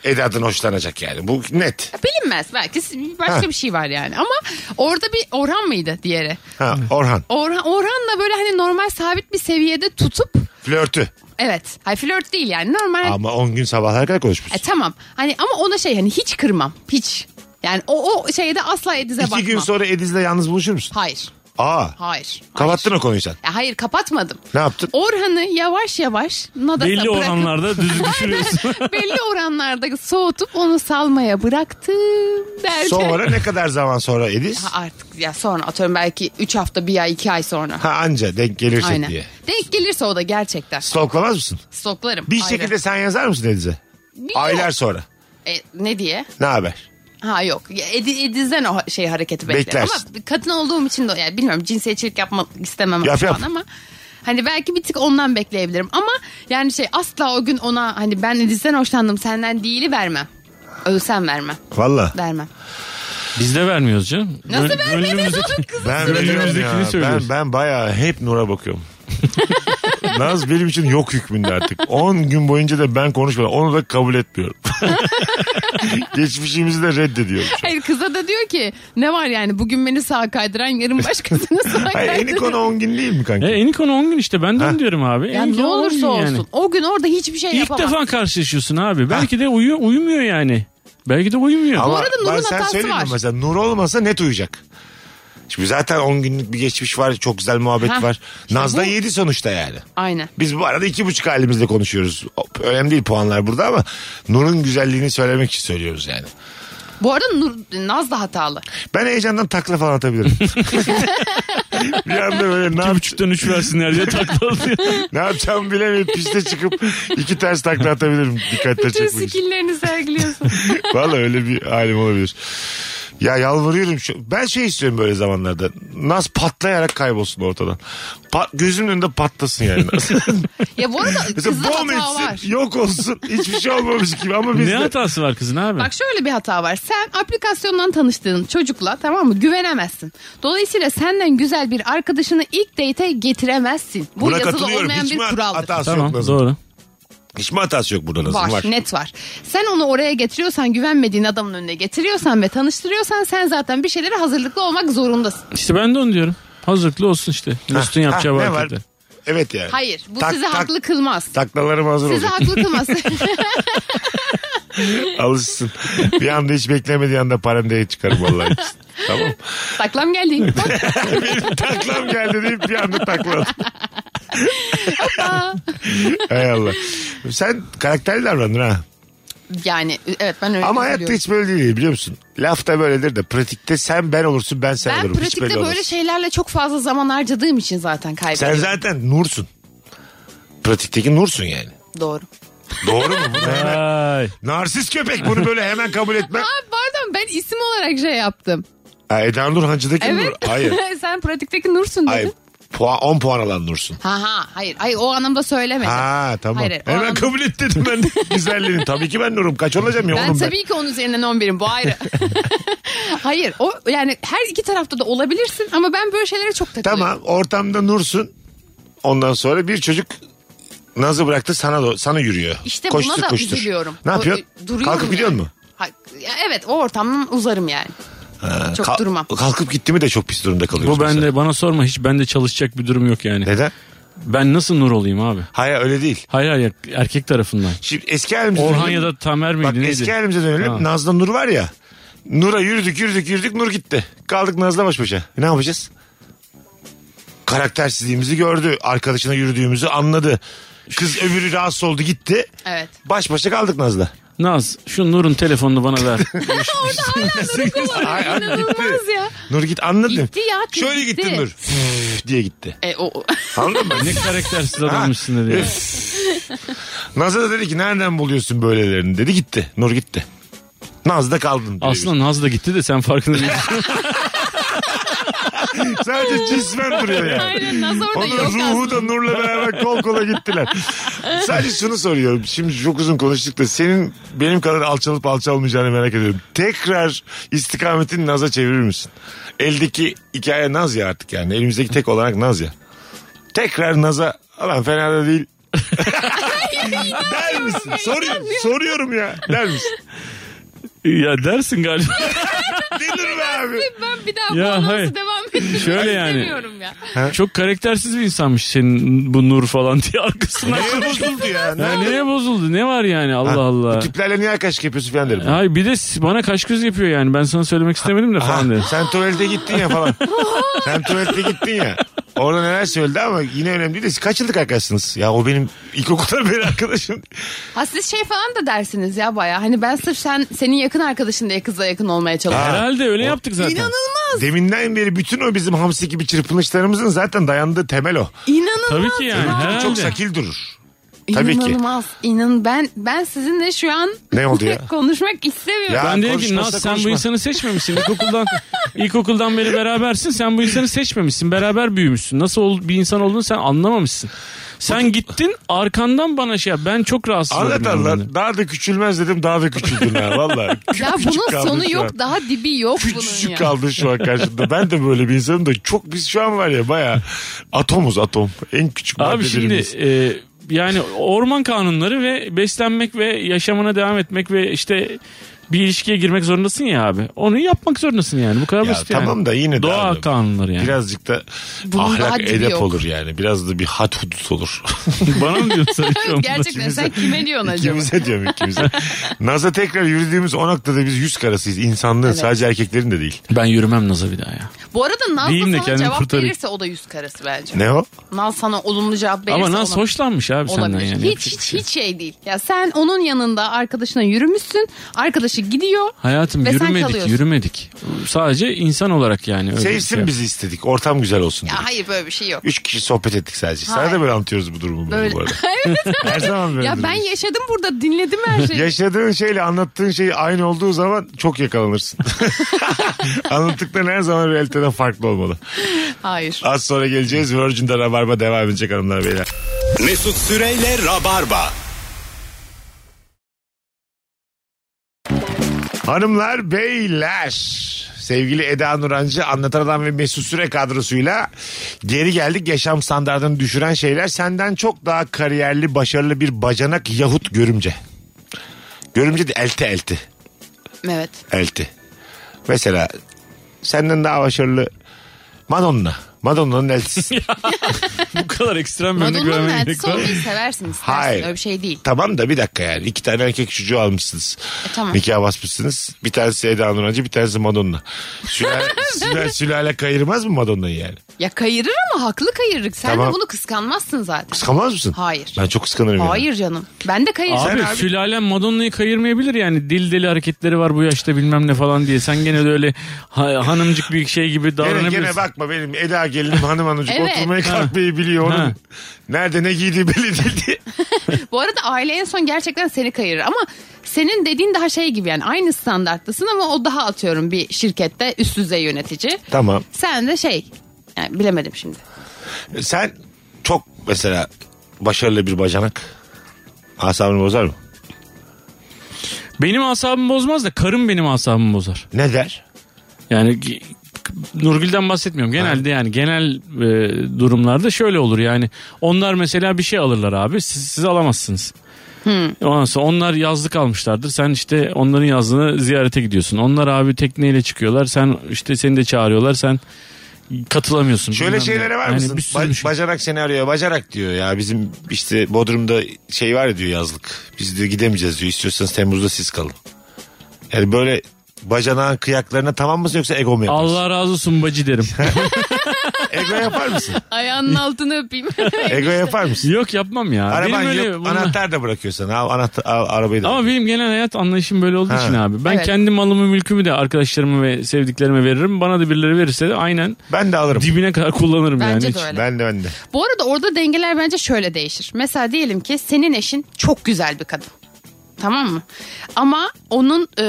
Speaker 3: Eda'dan hoşlanacak yani. Bu net.
Speaker 5: Bilinmez belki s- başka
Speaker 3: Ha.
Speaker 5: bir şey var yani ama orada bir Orhan mıydı diğeri?
Speaker 3: Ha, Orhan.
Speaker 5: Orhan, Orhan'la böyle hani normal sabit bir seviyede tutup
Speaker 3: Flörtü.
Speaker 5: evet. Hayır flört değil yani normal.
Speaker 3: Ama 10 gün sabahlar kadar konuşmuş.
Speaker 5: E, tamam. Hani ama ona şey hani hiç kırmam. Hiç. Yani o, o şeyde asla Ediz'e
Speaker 3: İki
Speaker 5: bakmam.
Speaker 3: gün sonra Ediz'le yalnız buluşur musun?
Speaker 5: Hayır.
Speaker 3: Aa.
Speaker 5: Hayır.
Speaker 3: Kapattın
Speaker 5: hayır.
Speaker 3: o konuyu sen.
Speaker 5: Ya hayır kapatmadım.
Speaker 3: Ne yaptın?
Speaker 5: Orhan'ı yavaş yavaş nadasa
Speaker 4: Belli
Speaker 5: bırakıp-
Speaker 4: oranlarda düz düşürüyorsun.
Speaker 5: belli oranlarda soğutup onu salmaya bıraktım derken.
Speaker 3: Sonra ne kadar zaman sonra Ediz?
Speaker 5: Ha, artık ya sonra atıyorum belki 3 hafta bir ay 2 ay sonra.
Speaker 3: Ha anca denk gelirsek
Speaker 5: Aynen.
Speaker 3: diye.
Speaker 5: Denk gelirse o da gerçekten.
Speaker 3: Stalklamaz mısın?
Speaker 5: Stoklarım.
Speaker 3: Bir
Speaker 5: ayrı.
Speaker 3: şekilde sen yazar mısın Ediz'e?
Speaker 5: Yok.
Speaker 3: Aylar sonra.
Speaker 5: E, ne diye?
Speaker 3: Ne haber?
Speaker 5: Ha yok. Ya, Edi, Ediz'den o şey hareketi beklerim.
Speaker 3: Beklersin.
Speaker 5: Ama kadın olduğum için de yani bilmiyorum cinsiyetçilik yapmak istemem
Speaker 3: Yap,
Speaker 5: şu
Speaker 3: yap.
Speaker 5: an ama hani belki bir tık ondan bekleyebilirim ama yani şey asla o gün ona hani ben Ediz'den hoşlandım senden değili vermem. Ölsem vermem.
Speaker 3: Valla.
Speaker 5: Vermem.
Speaker 4: Biz de vermiyoruz canım.
Speaker 5: Nasıl
Speaker 4: Gön-
Speaker 5: vermediniz
Speaker 4: gönlümüzdeki-
Speaker 5: oğlum kızı?
Speaker 3: Ben
Speaker 4: Önümüzdekini
Speaker 3: veriyorum ya. Ben,
Speaker 4: söylüyorsun.
Speaker 3: ben bayağı hep Nur'a bakıyorum. Naz benim için yok hükmünde artık. 10 gün boyunca da ben konuşmadım. Onu da kabul etmiyorum. Geçmişimizi de reddediyorum. şu an.
Speaker 5: Hayır kıza da diyor ki ne var yani bugün beni sağa kaydıran yarın başkasını sağa
Speaker 3: Hayır, en iyi
Speaker 5: kaydıran.
Speaker 3: konu 10 gün değil mi kanka?
Speaker 4: E, en iyi konu 10 gün işte ben de onu diyorum abi.
Speaker 5: Ya
Speaker 4: En iyi
Speaker 5: ne
Speaker 4: konu 10 gün
Speaker 5: olursa olsun.
Speaker 4: yani.
Speaker 5: O gün orada hiçbir şey
Speaker 4: İlk
Speaker 5: yapamaz.
Speaker 4: defa karşılaşıyorsun abi. Belki de uyu, uyumuyor yani. Belki de uyumuyor.
Speaker 3: Ama
Speaker 5: Bu arada Nur'un
Speaker 3: ben sen
Speaker 5: hatası
Speaker 3: söyleyeyim mi
Speaker 5: var.
Speaker 3: mesela Nur olmasa net uyuyacak. Şimdi zaten 10 günlük bir geçmiş var. Çok güzel muhabbet
Speaker 5: Ha.
Speaker 3: var. Naz'da
Speaker 5: bu-
Speaker 3: 7 sonuçta yani.
Speaker 5: Aynen.
Speaker 3: Biz bu arada iki buçuk halimizle konuşuyoruz. Hop, Önemli değil puanlar burada ama Nur'un güzelliğini söylemek için söylüyoruz yani.
Speaker 5: Bu arada Nur, Naz da hatalı.
Speaker 3: Ben heyecandan takla falan atabilirim. bir anda böyle ne, yap-
Speaker 4: 2.5'ten 3 versinler diye takla atıyor.
Speaker 3: ne yapacağımı bilemeyip piste çıkıp iki ters takla atabilirim. Dikkatle
Speaker 5: Bütün
Speaker 3: çekmek için.
Speaker 5: skilllerini sergiliyorsun.
Speaker 3: Valla öyle bir halim olabilir. Ya yalvarıyorum. Şu, ben şey istiyorum böyle zamanlarda. Nas patlayarak kaybolsun ortadan. Pa- gözümün önünde patlasın yani.
Speaker 5: ya bu arada
Speaker 3: Mesela
Speaker 5: kızda
Speaker 3: bom
Speaker 5: hata var.
Speaker 3: etsin, yok olsun. Hiçbir şey olmamış gibi ama biz
Speaker 4: ne
Speaker 3: de-
Speaker 4: hatası var kızın abi?
Speaker 5: Bak şöyle bir hata var. Sen aplikasyondan tanıştığın çocukla tamam mı güvenemezsin. Dolayısıyla senden güzel bir arkadaşını ilk date'e getiremezsin. Bu
Speaker 3: Buna
Speaker 5: yazılı
Speaker 3: katılıyorum.
Speaker 5: olmayan
Speaker 3: Hiç
Speaker 5: bir
Speaker 3: mi
Speaker 5: kuraldır.
Speaker 3: hatası yok
Speaker 4: tamam
Speaker 3: Nazım?
Speaker 4: doğru.
Speaker 3: Hiç mi hatası yok burada Nazım?
Speaker 5: Var,
Speaker 3: Var.
Speaker 5: net var. Sen onu oraya getiriyorsan güvenmediğin adamın önüne getiriyorsan ve tanıştırıyorsan sen zaten bir şeylere hazırlıklı olmak zorundasın.
Speaker 4: İşte ben de onu diyorum. Hazırlıklı olsun işte. Mesut'un
Speaker 3: Ha,
Speaker 4: yapacağı
Speaker 3: ne
Speaker 4: var.
Speaker 3: var? Evet yani.
Speaker 5: Hayır bu
Speaker 3: Tak,
Speaker 5: sizi
Speaker 3: tak,
Speaker 5: haklı kılmaz.
Speaker 3: Taklalarım hazır
Speaker 5: sizi
Speaker 3: olacak.
Speaker 5: haklı kılmaz.
Speaker 3: Alışsın. bir anda hiç beklemediği anda parandaya çıkarım vallahi. tamam.
Speaker 5: Taklam geldi. Bak,
Speaker 3: Benim taklam geldi deyip bir anda takla attım. Hay Allah. Sen karakterli davrandın ha.
Speaker 5: yani evet ben öyle
Speaker 3: Ama hayatta
Speaker 5: üzülüyorum.
Speaker 3: hiç böyle değil biliyor musun? Lafta böyledir de pratikte sen ben olursun ben sen
Speaker 5: Ben
Speaker 3: olurum. Hiç
Speaker 5: pratikte
Speaker 3: şey belli
Speaker 5: böyle şey
Speaker 3: olmaz.
Speaker 5: şeylerle çok fazla zaman harcadığım için zaten
Speaker 3: Sen
Speaker 5: kaybediyorum.
Speaker 3: zaten nursun. Pratikteki nursun yani.
Speaker 5: Doğru.
Speaker 3: Doğru mu? Bunu hemen-
Speaker 4: Ay.
Speaker 3: Narsist köpek bunu böyle hemen kabul etmem.
Speaker 5: Abi pardon ben isim olarak şey yaptım.
Speaker 3: Ha, Eda Nur Hancı'daki
Speaker 5: Evet.
Speaker 3: Nur. Hayır.
Speaker 5: Sen pratikteki Nursun dedin.
Speaker 3: Hayır. Puan, 10 puan alan Nursun.
Speaker 5: Ha ha hayır. Hayır o anlamda söylemedim.
Speaker 3: Ha tamam.
Speaker 5: Hayır, hayır, o
Speaker 3: Hemen
Speaker 5: anlamda-
Speaker 3: kabul et dedim ben de güzelliğini. Tabii ki ben Nurum. Kaç olacağım ya
Speaker 5: Ben
Speaker 3: oğlum
Speaker 5: tabii ki onun üzerinden 11'im bu ayrı. Hayır o yani her iki tarafta da olabilirsin ama ben böyle şeylere çok takılıyorum.
Speaker 3: Tamam ortamda Nursun. Ondan sonra bir çocuk Naz'ı bıraktı sana do- sana yürüyor.
Speaker 5: İşte
Speaker 3: koştur,
Speaker 5: buna da
Speaker 3: koştur.
Speaker 5: üzülüyorum.
Speaker 3: Ne
Speaker 5: O- e,
Speaker 3: yapıyorsun?
Speaker 5: duruyorum
Speaker 3: Kalkıp gidiyor
Speaker 5: yani.
Speaker 3: mu?
Speaker 5: Ha, ya evet o ortamdan uzarım yani. çok
Speaker 3: Kal-
Speaker 5: durmam.
Speaker 3: Kalkıp gitti mi de çok pis durumda kalıyorsun.
Speaker 4: Bu
Speaker 3: mesela.
Speaker 4: bende bana sorma hiç bende çalışacak bir durum yok yani.
Speaker 3: Neden?
Speaker 4: Ben nasıl Nur olayım abi?
Speaker 3: Hayır öyle değil.
Speaker 4: Hayır hayır erkek tarafından.
Speaker 3: Şimdi eski halimize
Speaker 4: Orhan
Speaker 3: dönelim.
Speaker 4: ya da Tamer miydi
Speaker 3: Bak
Speaker 4: neydi?
Speaker 3: eski halimize dönelim.
Speaker 4: Ha.
Speaker 3: Naz'la Nur var ya. Nur'a yürüdük yürüdük yürüdük Nur gitti. Kaldık Naz'la baş başa. E, Ne yapacağız? Karaktersizliğimizi gördü. Arkadaşına yürüdüğümüzü anladı. Kız öbürü rahatsız oldu gitti.
Speaker 5: Evet.
Speaker 3: Baş başa kaldık Naz'la.
Speaker 4: Naz şu Nur'un telefonunu bana ver.
Speaker 3: Ay, ay,
Speaker 5: İnanılmaz
Speaker 3: gitti.
Speaker 5: ya.
Speaker 3: Nur git anladın mı?
Speaker 5: Gitti ya, kız
Speaker 3: Şöyle gitti,
Speaker 5: gitti.
Speaker 3: Nur. Üf diye gitti.
Speaker 5: E, o, o-
Speaker 3: Anladın mı?
Speaker 4: ne karaktersiz adammışsın dedi. ya.
Speaker 3: Naz'a da dedi ki nereden buluyorsun böylelerini dedi gitti. Nur gitti. Naz'da kaldın. diyor.
Speaker 4: Aslında Naz da gitti de sen farkında değilsin.
Speaker 3: Sadece cismen duruyor yani.
Speaker 5: Aynen Naz orada
Speaker 3: Onun
Speaker 5: yok aslında.
Speaker 3: ruhu da Nur'la beraber kol kola gittiler. Sadece şunu soruyorum. Şimdi çok uzun konuştuk da senin benim kadar alçalıp alçalmayacağını merak ediyorum. Tekrar istikametini naza çevirir misin? Eldeki hikaye naz ya artık yani. Elimizdeki tek olarak naz ya. Tekrar naza alan fena da değil. Der misin? Soruyorum, soruyorum ya. Der misin?
Speaker 4: ya dersin galiba.
Speaker 3: Denir be abi.
Speaker 5: Ben bir daha
Speaker 4: Ya,
Speaker 5: bu
Speaker 4: hayır.
Speaker 5: anonsu devam etmek
Speaker 4: Şöyle yani.
Speaker 5: istemiyorum ya.
Speaker 4: Çok karaktersiz bir insanmış senin bu Nur falan diye arkasına.
Speaker 3: Neye bozuldu ya? Ne-
Speaker 4: ya neye bozuldu? Ne var yani? Allah
Speaker 3: Bu
Speaker 4: Allah.
Speaker 3: tiplerle niye arkadaşlık yapıyorsun falan derim.
Speaker 4: Hayır bir de s- bana kaş göz yapıyor yani. Ben sana söylemek istemedim de falan dedi.
Speaker 3: Ha, sen tuvalete gittin ya falan. sen tuvalete gittin ya. Orada neler söyledi ama yine önemli değil de siz kaç yıllık arkadaşsınız? Ya o benim ilkokuldan beri arkadaşım.
Speaker 5: Ha siz şey falan da dersiniz ya baya. Hani ben sırf sen senin yakın arkadaşın diye kızla yakın olmaya çalışıyorum.
Speaker 4: Herhalde öyle yaptık zaten.
Speaker 5: İnanılmaz.
Speaker 3: Deminden beri bütün o bizim hamsi gibi çırpınışlarımızın zaten dayandığı temel o.
Speaker 5: İnanılmaz.
Speaker 4: Tabii ki yani.
Speaker 5: ya.
Speaker 4: Herhalde.
Speaker 3: Çok sakil durur. Tabii ki.
Speaker 5: İnanılmaz. İnan ben ben sizinle şu an
Speaker 3: Ne oldu ya?
Speaker 5: konuşmak istemiyorum.
Speaker 3: Ya.
Speaker 4: Ben dedim ki
Speaker 3: konuşmazsa
Speaker 4: Naz sen bu
Speaker 3: konuşma."
Speaker 4: insanı seçmemişsin. İlkokuldan, ilkokuldan beri berabersin. Sen bu insanı seçmemişsin. Beraber büyümüşsün. Nasıl ol- bir insan olduğunu sen anlamamışsın. Sen gittin arkandan bana şey yap. Ben çok rahatsız oldum. bundan.
Speaker 3: Anlatanlar daha da küçülmez dedim daha da küçüldün ha valla.
Speaker 5: Ya
Speaker 3: Küçücük
Speaker 5: bunun
Speaker 3: kaldın
Speaker 5: sonu
Speaker 3: şu
Speaker 5: yok
Speaker 3: an.
Speaker 5: daha dibi yok bunun
Speaker 3: Küçücük
Speaker 5: ya.
Speaker 3: kaldın şu an karşımda. Ben de böyle bir insanım da çok biz şu an var ya baya atomuz atom. En küçük
Speaker 4: Abi şimdi
Speaker 3: maddelerimiz.
Speaker 4: e, yani orman kanunları ve beslenmek ve yaşamına devam etmek ve işte bir ilişkiye girmek zorundasın ya abi. Onu yapmak zorundasın yani. Bu kadar
Speaker 3: Ya
Speaker 4: basit
Speaker 3: tamam
Speaker 4: yani.
Speaker 3: da yine de
Speaker 4: Doğa
Speaker 3: abi,
Speaker 4: kanunları yani.
Speaker 3: Birazcık da
Speaker 5: Bunun daha
Speaker 3: ahlak
Speaker 5: dibi
Speaker 3: edep
Speaker 5: yok.
Speaker 3: olur yani. Biraz da bir hat hudut olur.
Speaker 4: Bana mı diyorsun sen şu an?
Speaker 5: Gerçekten sen kime diyorsun acaba?
Speaker 3: ikimize diyorum ikimize. Naz'a tekrar yürüdüğümüz o noktada biz yüz karasıyız. İnsanlığın sadece erkeklerin de değil.
Speaker 4: Ben yürümem Naz'a bir daha ya.
Speaker 5: Bu arada Naz
Speaker 4: Diyeyim de
Speaker 5: da sana
Speaker 4: kendimi
Speaker 5: cevap
Speaker 4: kurtarayım.
Speaker 5: verirse o da yüz karası bence.
Speaker 3: Ne o?
Speaker 5: Naz sana olumlu cevap verirse
Speaker 4: Ama Naz
Speaker 5: ona-
Speaker 4: hoşlanmış abi
Speaker 5: olabilir.
Speaker 4: senden yani.
Speaker 5: hiç
Speaker 4: Yapacak bir
Speaker 5: hiç
Speaker 4: şey yok.
Speaker 5: hiç şey değil. Ya sen onun yanında arkadaşına yürümüşsün. Arkadaşı gidiyor.
Speaker 4: Hayatım
Speaker 5: Ve sen
Speaker 4: yürümedik
Speaker 5: kalıyorsun.
Speaker 4: yürümedik. Sadece insan olarak yani. Öyle bir
Speaker 3: Sevsin
Speaker 4: şey yap.
Speaker 3: bizi istedik. Ortam güzel olsun
Speaker 5: Ya
Speaker 3: dedik.
Speaker 5: hayır böyle bir şey yok.
Speaker 3: Üç kişi sohbet ettik sadece. Sana
Speaker 5: Hayır.
Speaker 3: da böyle anlatıyoruz bu durumu böyle.
Speaker 5: Böyle.
Speaker 3: bu arada. Her zaman böyle.
Speaker 5: Ya ben
Speaker 3: duruyoruz.
Speaker 5: yaşadım burada dinledim her şeyi.
Speaker 3: Yaşadığın şeyle anlattığın şey aynı olduğu zaman çok yakalanırsın. Anlattıkların her zaman realiteden farklı olmalı.
Speaker 5: Hayır.
Speaker 3: Az sonra geleceğiz. Virgin'de Rabarba devam edecek hanımlar beyler.
Speaker 2: Mesut Süreyle Rabarba.
Speaker 3: Hanımlar beyler sevgili Eda Nurancı Anlatan Adam ve Mesut Süre kadrosuyla geri geldik. Yaşam standartını düşüren şeyler senden çok daha kariyerli başarılı bir bacanak yahut görümce. Görümce de elti elti
Speaker 5: Evet.
Speaker 3: elti. Mesela senden daha başarılı Madonna. Madonna'nın eltisi.
Speaker 4: Bu kadar ekstrem bir
Speaker 5: Madonna'nın
Speaker 4: görmeye
Speaker 5: eltisi
Speaker 4: gerek var.
Speaker 5: olmayı seversin istersin.
Speaker 3: Hayır.
Speaker 5: Öyle bir şey değil.
Speaker 3: tamam da bir dakika yani. iki tane erkek çocuğu almışsınız.
Speaker 5: E, tamam.
Speaker 3: Nikah basmışsınız. Bir tanesi Eda Nurancı bir tanesi Madonna. Sülale, sülale, sülale kayırmaz mı Madonna'yı yani?
Speaker 5: Ya kayırır ama haklı kayırır. Sen
Speaker 3: Tamam.
Speaker 5: de bunu kıskanmazsın zaten.
Speaker 3: Kıskanmaz mısın?
Speaker 5: Hayır.
Speaker 3: Ben çok kıskanırım
Speaker 5: Hayır canım. Ben de kayırırım.
Speaker 4: Abi,
Speaker 3: abi-
Speaker 4: sülalen Madonna'yı kayırmayabilir yani dil deli hareketleri var bu yaşta bilmem ne falan diye. Sen gene de öyle ha- hanımcık bir şey gibi
Speaker 3: yani. Gene,
Speaker 4: davranabilirsin.
Speaker 3: gene bakma benim Eda gelinim hanım hanımcık
Speaker 5: Evet.
Speaker 3: oturmayı kalkmayı biliyor onun.
Speaker 4: Ha.
Speaker 3: Nerede ne giydiği belli değil diye.
Speaker 5: Bu arada aile en son gerçekten seni kayırır ama senin dediğin daha şey gibi yani aynı standarttasın ama o daha atıyorum bir şirkette üst düzey yönetici.
Speaker 3: Tamam.
Speaker 5: Sen de şey yani bilemedim şimdi.
Speaker 3: Sen çok mesela başarılı bir bacanak. Asabını bozar mı?
Speaker 4: Benim asabımı bozmaz da karım benim asabımı bozar.
Speaker 3: Ne der?
Speaker 4: Yani ki- Nurgül'den bahsetmiyorum. Genelde yani genel e, durumlarda şöyle olur yani. Onlar mesela bir şey alırlar abi. Siz, siz alamazsınız. Ondan sonra onlar yazlık almışlardır. Sen işte onların yazlığını ziyarete gidiyorsun. Onlar abi tekneyle çıkıyorlar. Sen işte seni de çağırıyorlar. Sen katılamıyorsun.
Speaker 3: Şöyle
Speaker 4: Bilmem ne.
Speaker 3: şeylere var
Speaker 4: Yani
Speaker 3: mısın?
Speaker 4: bir sürü
Speaker 3: Ba-
Speaker 4: bir şey.
Speaker 3: Bacanak seni arıyor. Bacanak diyor ya bizim işte Bodrum'da şey var ya diyor yazlık. Biz diyor gidemeyeceğiz diyor. İstiyorsanız Temmuz'da siz kalın. Yani böyle bacanağın kıyaklarına tamam mısın yoksa ego mu yaparsın?
Speaker 4: Allah razı olsun bacı derim.
Speaker 3: Ego yapar mısın?
Speaker 5: Ayağının altını öpeyim.
Speaker 3: Ego yapar mısın?
Speaker 4: yok yapmam ya.
Speaker 3: Araban
Speaker 4: benim öyle
Speaker 3: yok.
Speaker 4: bunlar-
Speaker 3: Anahtar da bırakıyorsan. Al, anahtar, al arabayı da.
Speaker 4: Ama benim genel hayat anlayışım böyle olduğu
Speaker 3: Ha.
Speaker 4: için abi. Ben
Speaker 5: Evet.
Speaker 4: kendi malımı mülkümü de arkadaşlarımı ve sevdiklerime veririm. Bana da birileri verirse de aynen
Speaker 3: ben de alırım.
Speaker 4: dibine kadar kullanırım
Speaker 5: Bence
Speaker 4: yani.
Speaker 5: de öyle.
Speaker 3: Ben de ben de.
Speaker 5: Bu arada orada dengeler bence şöyle değişir. Mesela diyelim ki senin eşin çok güzel bir kadın. Tamam mı? Ama onun e,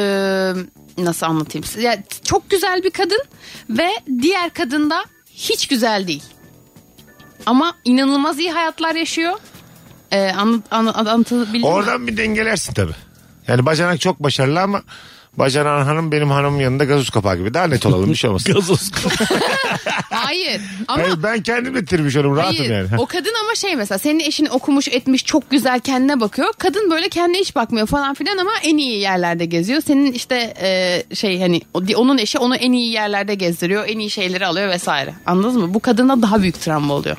Speaker 5: nasıl anlatayım size? Ya, çok güzel bir kadın ve diğer kadın da hiç güzel değil. Ama inanılmaz iyi hayatlar yaşıyor. E, anlat, anlat, anlatabildim mi?
Speaker 3: Oradan bir dengelersin tabii. Yani bacanak çok başarılı ama bacanak hanım benim hanımın yanında gazoz kapağı gibi. Daha net olalım bir şey olmasın.
Speaker 4: Gazoz.
Speaker 5: Hayır. Ama
Speaker 3: Hayır, ben kendim de tirmiş olurum rahatım
Speaker 5: Hayır,
Speaker 3: yani.
Speaker 5: O kadın ama şey mesela senin eşin okumuş etmiş çok güzel kendine bakıyor. Kadın böyle kendine hiç bakmıyor falan filan ama en iyi yerlerde geziyor. Senin işte e, şey hani o- di- onun eşi onu en iyi yerlerde gezdiriyor. En iyi şeyleri alıyor vesaire. Anladınız mı? Bu kadına daha büyük travma oluyor.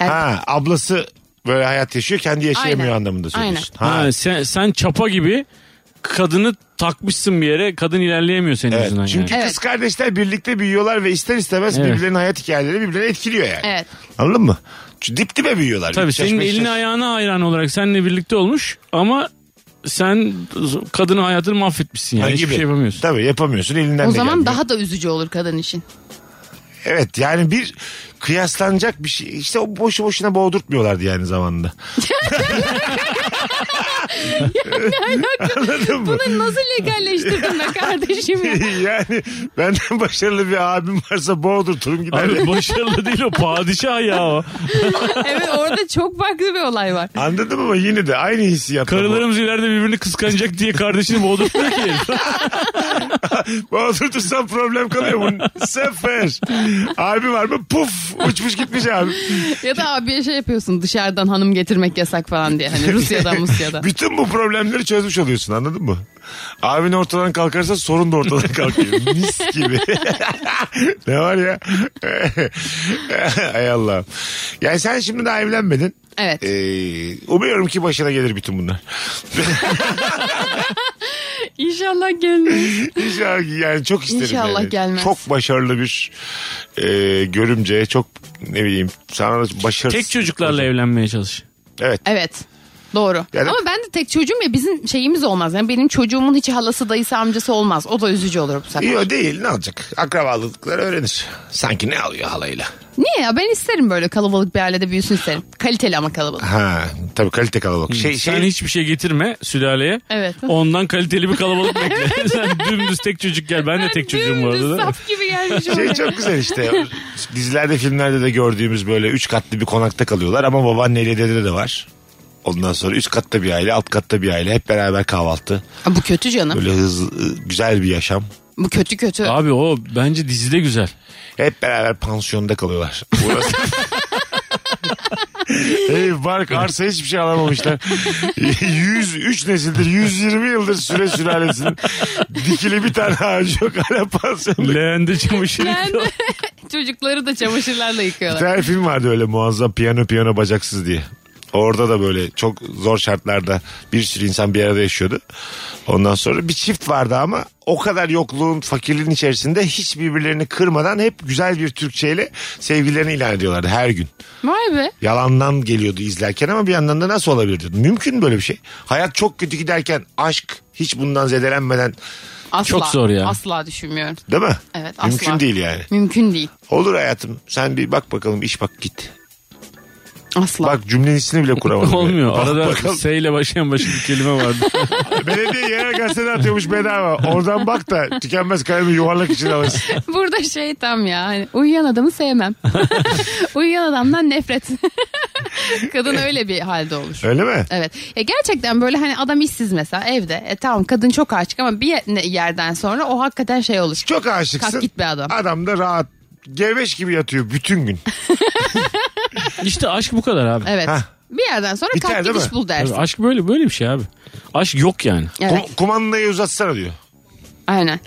Speaker 5: Yani,
Speaker 3: Ha, ablası böyle hayat yaşıyor kendi yaşayamıyor
Speaker 5: Aynen.
Speaker 3: anlamında söylüyorsun.
Speaker 4: Ha,
Speaker 3: Ha,
Speaker 4: sen, sen çapa gibi kadını takmışsın bir yere kadın ilerleyemiyor senin
Speaker 3: evet.
Speaker 4: yüzünden
Speaker 3: Çünkü
Speaker 4: yani.
Speaker 3: kız
Speaker 5: Evet.
Speaker 3: kardeşler birlikte büyüyorlar ve ister istemez
Speaker 4: Evet.
Speaker 3: birbirlerinin hayat hikayeleri birbirlerini etkiliyor yani.
Speaker 5: Evet.
Speaker 3: Anladın mı? Çünkü dip dibe büyüyorlar.
Speaker 4: Tabii
Speaker 3: Üç yaş,
Speaker 4: senin
Speaker 3: beş
Speaker 4: elini
Speaker 3: yaş.
Speaker 4: ayağına hayran olarak seninle birlikte olmuş ama sen kadının hayatını mahvetmişsin yani.
Speaker 3: Ha,
Speaker 4: Hiçbir
Speaker 3: gibi.
Speaker 4: şey yapamıyorsun.
Speaker 3: Tabii yapamıyorsun elinden
Speaker 5: o
Speaker 3: de
Speaker 5: zaman
Speaker 3: gelmiyor.
Speaker 5: daha da üzücü olur kadın için.
Speaker 3: Evet yani bir kıyaslanacak bir şey. İşte o boşu boşuna boğdurtmuyorlardı yani zamanında. Anladın mı?
Speaker 5: Bunu nasıl legalleştirdin be kardeşim ya?
Speaker 3: yani benden başarılı bir abim varsa boğdurturum gider.
Speaker 4: Abi başarılı değil o padişah ya o.
Speaker 5: Evet orada çok farklı bir olay var.
Speaker 3: Anladın mı? Yine de aynı hissiyat.
Speaker 4: Karılarımız ileride birbirini kıskanacak diye kardeşini boğdurtmuyor ki.
Speaker 3: Boğdurtursam problem kalıyor bunun. Sefer. Abi var mı? Puf uçmuş gitmiş abi.
Speaker 5: Ya da abiye şey yapıyorsun dışarıdan hanım getirmek yasak falan diye. Hani Rusya'dan Rusya'da.
Speaker 3: Bütün bu problemleri çözmüş oluyorsun anladın mı? Abin ortadan kalkarsa sorun da ortadan kalkıyor. Mis gibi. ne var ya? Ay Allah'ım. Yani sen şimdi daha evlenmedin.
Speaker 5: Evet.
Speaker 3: Ee, umuyorum ki başına gelir bütün bunlar.
Speaker 5: İnşallah gelmez.
Speaker 3: İnşallah yani çok isterim.
Speaker 5: İnşallah
Speaker 3: yani.
Speaker 5: gelmez.
Speaker 3: Çok başarılı bir e, görümce. Çok ne bileyim sana da başarılı.
Speaker 4: Tek çocuklarla evlenmeye çalış.
Speaker 3: Evet.
Speaker 5: Evet. Doğru.
Speaker 3: Yani-
Speaker 5: Ama ben de tek çocuğum ya bizim şeyimiz olmaz. Yani benim çocuğumun hiç halası dayısı amcası olmaz. O da üzücü olur bu sefer.
Speaker 3: Yok değil ne olacak? Akrabalıkları öğrenir. Sanki ne alıyor halayla?
Speaker 5: Niye ya ben isterim böyle kalabalık bir ailede büyüsün isterim. Kaliteli ama kalabalık.
Speaker 3: Ha tabii kalite kalabalık. Şey,
Speaker 4: Sen
Speaker 3: şey,
Speaker 4: hiçbir şey getirme sülaleye.
Speaker 5: Evet.
Speaker 4: Ondan kaliteli bir kalabalık bekle. Sen dümdüz tek çocuk gel. Ben de tek çocuğum bu arada. da.
Speaker 5: Sap gibi gelmiş
Speaker 3: şey çok güzel işte. Dizilerde filmlerde de gördüğümüz böyle üç katlı bir konakta kalıyorlar ama babaanneyle dede de var. Ondan sonra üst katta bir aile, alt katta bir aile. Hep beraber kahvaltı.
Speaker 5: Bu kötü canım.
Speaker 3: Böyle hızlı, güzel bir yaşam.
Speaker 5: Bu kötü kötü.
Speaker 4: Abi o bence dizide güzel.
Speaker 3: Hep beraber pansiyonda kalıyorlar. Burası... Ev, bark, arsa hiçbir şey alamamışlar. 103 nesildir, 120 yıldır süre sülalesinin dikili bir tane ağacı yok hala pansiyonda.
Speaker 4: Leğende çamaşır
Speaker 5: Yani
Speaker 4: yıkıyor.
Speaker 5: çocukları da çamaşırlarla
Speaker 3: Bir
Speaker 5: yıkıyorlar.
Speaker 3: tane film vardı öyle muazzam piyano piyano bacaksız diye. Orada da böyle çok zor şartlarda bir sürü insan bir arada yaşıyordu. Ondan sonra bir çift vardı ama o kadar yokluğun, fakirliğin içerisinde hiç birbirlerini kırmadan hep güzel bir Türkçeyle sevgilerini ilan ediyorlardı her gün.
Speaker 5: Vay be.
Speaker 3: Yalandan geliyordu izlerken ama bir yandan da nasıl olabilir diyordum. Mümkün mü böyle bir şey? Hayat çok kötü giderken aşk hiç bundan zedelenmeden
Speaker 5: Asla.
Speaker 4: Çok zor ya.
Speaker 5: Asla düşünmüyorum.
Speaker 3: değil mi?
Speaker 5: Evet asla.
Speaker 3: Mümkün değil yani.
Speaker 5: Mümkün değil.
Speaker 3: Olur hayatım sen bir bak bakalım iş bak git.
Speaker 5: Asla.
Speaker 3: Bak cümlenin içini bile kuramadım.
Speaker 4: Olmuyor.
Speaker 3: Bak
Speaker 4: Arada
Speaker 3: bakalım.
Speaker 4: S ile başlayan başka bir kelime vardı.
Speaker 3: Belediye yerel gazetede atıyormuş bedava. Oradan bak da tükenmez kalemi yuvarlak içine alırsın.
Speaker 5: Burada şey tam ya. Hani uyuyan adamı sevmem. uyuyan adamdan nefret. kadın öyle bir halde olur.
Speaker 3: Öyle mi?
Speaker 5: Evet. Ya gerçekten böyle hani adam işsiz mesela evde. E tamam kadın çok aşık ama bir ye- yerden sonra o hakikaten şey olur.
Speaker 3: Çok aşıksın.
Speaker 5: Kalk git be adam.
Speaker 3: da rahat. Geveş gibi yatıyor bütün gün.
Speaker 4: işte aşk bu kadar abi.
Speaker 5: Evet.
Speaker 3: Hah.
Speaker 5: Bir yerden sonra
Speaker 3: Biter
Speaker 5: kalk
Speaker 3: değil
Speaker 5: git
Speaker 3: mi?
Speaker 5: iş bul dersin.
Speaker 4: Abi aşk böyle böyle bir şey abi. Aşk yok yani.
Speaker 5: Evet.
Speaker 3: Kum- kumandayı uzatsana diyor.
Speaker 5: Aynen.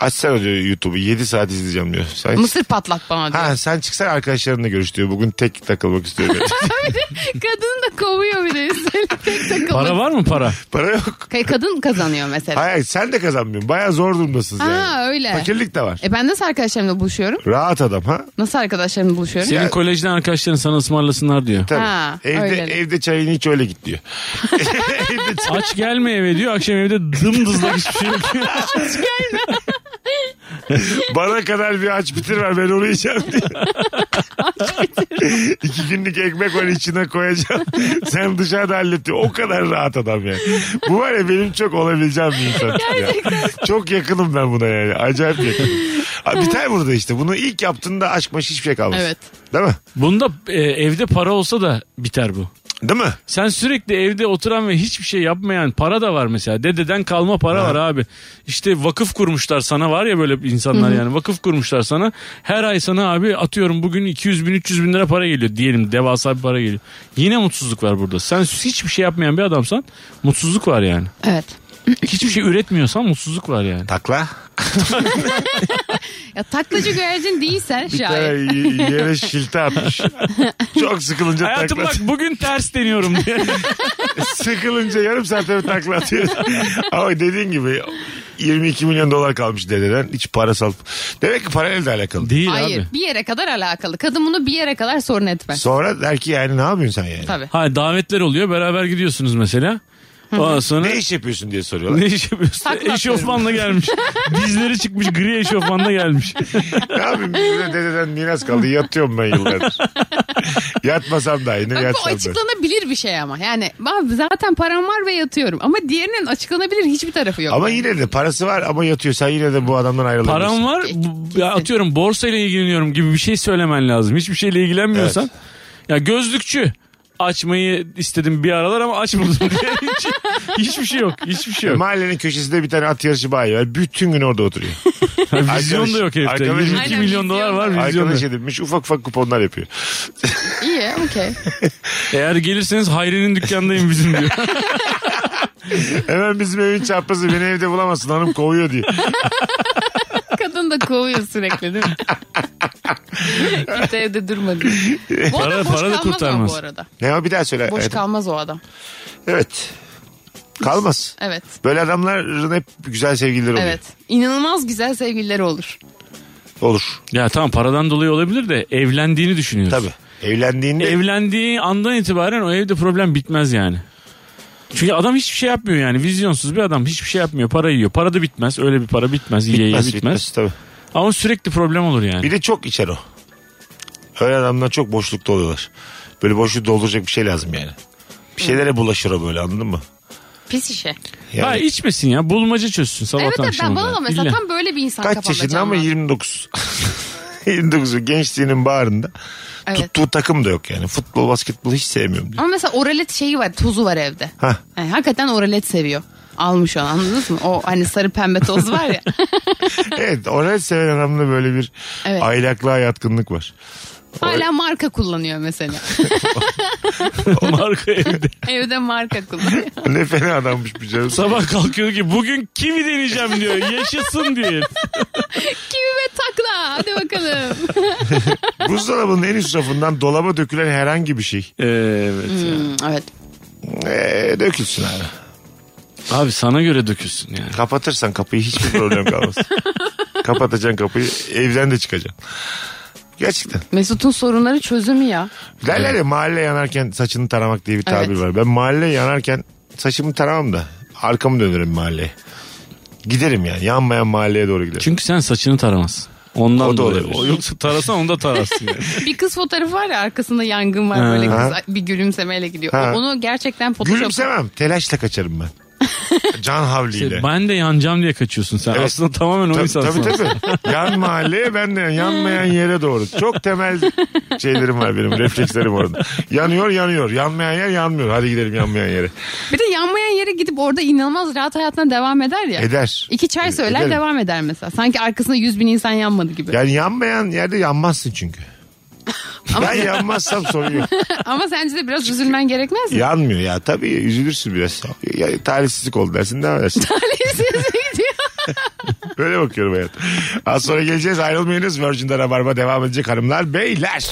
Speaker 3: Açsana diyor YouTube'u. 7 saat izleyeceğim diyor. Sen
Speaker 5: Mısır patlat bana diyor.
Speaker 3: Ha sen çıksan arkadaşlarınla görüş diyor. Bugün tek takılmak istiyorum.
Speaker 5: Kadın da kovuyor bir de üstelik tek takımı.
Speaker 4: Para var mı para?
Speaker 3: Para yok.
Speaker 5: Ka- Kadın kazanıyor mesela.
Speaker 3: Hayır sen de kazanmıyorsun. Baya zor durumdasınız yani.
Speaker 5: Ha, öyle.
Speaker 3: Fakirlik de var.
Speaker 5: E ben nasıl arkadaşlarımla buluşuyorum?
Speaker 3: Rahat adam ha.
Speaker 5: Nasıl arkadaşlarımla buluşuyorum?
Speaker 4: Senin kolejden arkadaşların sana ısmarlasınlar diyor.
Speaker 3: Tabii.
Speaker 5: Ha,
Speaker 3: evde,
Speaker 5: öyle.
Speaker 3: evde çayını iç öyle git diyor. evde çay-
Speaker 4: Aç gelme eve diyor. Akşam evde dımdızlak hiçbir şey yok.
Speaker 3: Bana kadar bir aç bitir ver ben onu yiyeceğim diyor. İki günlük ekmek var içine koyacağım. Sen dışarıda hallet diyor. O kadar rahat adam yani. Bu var ya benim çok olabileceğim bir insan. Ya. Çok yakınım ben buna yani. Acayip yakınım. Ha, Biter burada işte. Bunu ilk yaptığında aşk maş hiçbir şey kalmaz.
Speaker 5: Evet.
Speaker 3: Değil mi?
Speaker 4: Bunda e, evde para olsa da biter bu.
Speaker 3: Değil mi?
Speaker 4: Sen sürekli evde oturan ve hiçbir şey yapmayan para da var mesela. Dededen kalma para var abi. İşte vakıf kurmuşlar sana var ya böyle insanlar yani. Vakıf kurmuşlar sana. Her ay sana abi atıyorum bugün 200 bin 300 bin lira para geliyor diyelim. Devasa bir para geliyor. Yine mutsuzluk var burada. Sen hiçbir şey yapmayan bir adamsan mutsuzluk var yani.
Speaker 5: Evet.
Speaker 4: Hiçbir şey üretmiyorsan mutsuzluk var yani.
Speaker 3: Takla.
Speaker 5: Ya taklacı güvercin değilsen şayet.
Speaker 3: Ay, Yere şilte atmış. Çok sıkılınca
Speaker 4: Hayatım
Speaker 3: takla.
Speaker 4: bak bugün ters deniyorum diye.
Speaker 3: E, Sıkılınca yarım saat öyle takla atıyor. Ama dediğin gibi 22 milyon dolar kalmış dededen. Hiç parasal. Demek ki parayla da alakalı.
Speaker 4: Değil
Speaker 5: Hayır
Speaker 4: abi.
Speaker 5: bir yere kadar alakalı. Kadın bunu bir yere kadar sorun etmez.
Speaker 3: Sonra der ki yani ne yapıyorsun sen yani?
Speaker 5: Tabii.
Speaker 4: Ha davetler oluyor beraber gidiyorsunuz mesela. Ondan sonra
Speaker 3: Ne iş yapıyorsun diye soruyorlar.
Speaker 4: Ne iş yapıyorsun?
Speaker 5: Takla
Speaker 4: Eşofmanla gelmiş. Dizleri çıkmış gri eşofmanla gelmiş.
Speaker 3: ne yapayım? Bize dededen miras kaldı. Yatıyorum ben yıllardır. Yatmasam da aynı
Speaker 5: Bak bu
Speaker 3: yatsam da.
Speaker 5: açıklanabilir bir şey ama. Yani abi zaten param var ve yatıyorum. Ama diğerinin açıklanabilir hiçbir tarafı yok.
Speaker 3: Ama yine de parası var ama yatıyor. Sen yine de bu adamdan ayrılamıyorsun.
Speaker 4: Param var bu- ya atıyorum borsayla ilgileniyorum gibi bir şey söylemen lazım. Hiçbir şeyle ilgilenmiyorsan.
Speaker 3: Evet.
Speaker 4: Ya gözlükçü açmayı istedim bir aralar ama açmadım diye. Hiç- hiçbir şey yok. Hiçbir şey yok.
Speaker 3: E, Mahallenin köşesinde bir tane at yarışı bayi var. Bütün gün orada oturuyor.
Speaker 4: Vizyon da yok herifte.
Speaker 3: Arkadaş-
Speaker 4: 22
Speaker 5: Aynen,
Speaker 4: milyon dolar
Speaker 5: vizyon
Speaker 4: var
Speaker 5: da
Speaker 4: vizyon da yok.
Speaker 3: Arkadaş edinmiş ufak ufak kuponlar yapıyor.
Speaker 5: İyi okey.
Speaker 4: Eğer gelirseniz Hayri'nin dükkandayım bizim diyor.
Speaker 3: Hemen bizim evin çaprazı beni evde bulamazsın hanım kovuyor diye.
Speaker 5: Kadın da kovuyor sürekli değil mi? Kimse evde durmadı. Bu
Speaker 4: Para-
Speaker 5: adam boş
Speaker 4: para da
Speaker 5: kalmaz ama
Speaker 4: kurtarmaz.
Speaker 5: bu arada.
Speaker 3: Ne o bir daha söyle.
Speaker 5: Boş
Speaker 3: Evet.
Speaker 5: kalmaz o adam.
Speaker 3: evet. Kalmaz.
Speaker 5: Evet.
Speaker 3: Böyle adamların hep güzel sevgilileri oluyor.
Speaker 5: Evet. İnanılmaz güzel sevgilileri olur.
Speaker 3: Olur.
Speaker 4: ya tamam paradan dolayı olabilir de evlendiğini düşünüyoruz.
Speaker 3: Tabii. Evlendiğinde
Speaker 4: evlendiği andan itibaren o evde problem bitmez yani. Çünkü adam hiçbir şey yapmıyor yani. Vizyonsuz bir adam hiçbir şey yapmıyor. Para yiyor. Para da bitmez. Öyle bir para bitmez. Yiye yiye
Speaker 3: bitmez,
Speaker 4: bitmez.
Speaker 3: bitmez, tabii.
Speaker 4: Ama sürekli problem olur yani.
Speaker 3: Bir de çok içer o. Öyle adamlar çok boşlukta oluyorlar. Böyle boşluğu dolduracak bir şey lazım yani. Bir şeylere bulaşır o böyle anladın mı?
Speaker 5: Pis işe.
Speaker 3: Yani
Speaker 4: Hayır içmesin ya. Bulmaca çözsün sabahtan
Speaker 5: evet evet
Speaker 4: akşama
Speaker 5: ben
Speaker 4: kadar.
Speaker 5: bana da mesela
Speaker 4: İlla.
Speaker 5: tam böyle bir insan
Speaker 3: kaç
Speaker 5: kafamda
Speaker 3: yaşında ama
Speaker 5: canlandı.
Speaker 3: 29. 29'u gençliğinin bağrında.
Speaker 5: Evet.
Speaker 3: Tuttuğu takım da yok yani. Futbol, basketbol hiç sevmiyorum diyor.
Speaker 5: Ama mesela oralet şeyi var tozu var evde.
Speaker 3: Hah.
Speaker 5: Yani hakikaten oralet seviyor. Almış onu anladınız mı? O hani sarı pembe toz var ya.
Speaker 3: evet, orayı seven adamda böyle bir
Speaker 5: Evet.
Speaker 3: aylaklığa yatkınlık var.
Speaker 5: Hala marka kullanıyor mesela.
Speaker 4: Marka evde.
Speaker 5: Evde marka kullanıyor.
Speaker 3: Ne fena adammış bir canım.
Speaker 4: Sabah kalkıyor ki bugün kivi deneyeceğim diyor. Yaşasın diyor.
Speaker 5: Kimi ve takla hadi bakalım.
Speaker 3: Buzdolabının en üst rafından dolaba dökülen herhangi bir şey.
Speaker 4: Evet.
Speaker 5: Hmm, evet.
Speaker 3: Ee, dökülsün abi.
Speaker 4: Abi sana göre dökülsün yani.
Speaker 3: Kapatırsan kapıyı hiçbir problem kalmaz. Kapatacaksın kapıyı evden de çıkacaksın. Gerçekten.
Speaker 5: Mesut'un sorunları çözümü ya.
Speaker 3: Derler ya mahalle yanarken saçını taramak diye bir tabir
Speaker 5: Evet.
Speaker 3: var. Ben mahalle yanarken saçımı taramam da arkamı dönerim mahalleye. Giderim yani yanmayan mahalleye doğru giderim.
Speaker 4: Çünkü sen saçını taramazsın. Ondan
Speaker 3: O da
Speaker 4: dolayı.
Speaker 3: olabilir.
Speaker 4: O Yoksa tarasan onu da tararsın yani.
Speaker 5: Bir kız fotoğrafı var ya arkasında yangın var böyle
Speaker 3: Ha.
Speaker 5: kız bir gülümsemeyle gidiyor.
Speaker 3: Ha.
Speaker 5: Onu gerçekten photoshop.
Speaker 3: Gülümsemem telaşla kaçarım ben. Can havliyle.
Speaker 4: ben de yanacağım diye kaçıyorsun sen.
Speaker 3: Evet.
Speaker 4: Aslında tamamen o
Speaker 3: Tabii
Speaker 4: insansın.
Speaker 3: tabii, tabii. Yan mahalleye ben de yanmayan yere doğru. Çok temel şeylerim var benim reflekslerim orada. Yanıyor yanıyor. Yanmayan yer yanmıyor. Hadi gidelim yanmayan yere.
Speaker 5: Bir de yanmayan yere gidip orada inanılmaz rahat hayatına devam eder ya.
Speaker 3: Eder.
Speaker 5: İki çay söyler
Speaker 3: Ederim.
Speaker 5: devam eder mesela. Sanki arkasında yüz bin insan yanmadı gibi.
Speaker 3: Yani yanmayan yerde yanmazsın çünkü. ben yanmazsam sorun yok.
Speaker 5: Ama sence de biraz üzülmen gerekmez mi?
Speaker 3: Yanmıyor ya tabii üzülürsün biraz. Ya, talihsizlik oldu dersin ne dersin.
Speaker 5: Talihsizlik diyor.
Speaker 3: Böyle bakıyorum hayat. Az sonra geleceğiz ayrılmayınız. Virgin'de Rabarba devam edecek hanımlar beyler.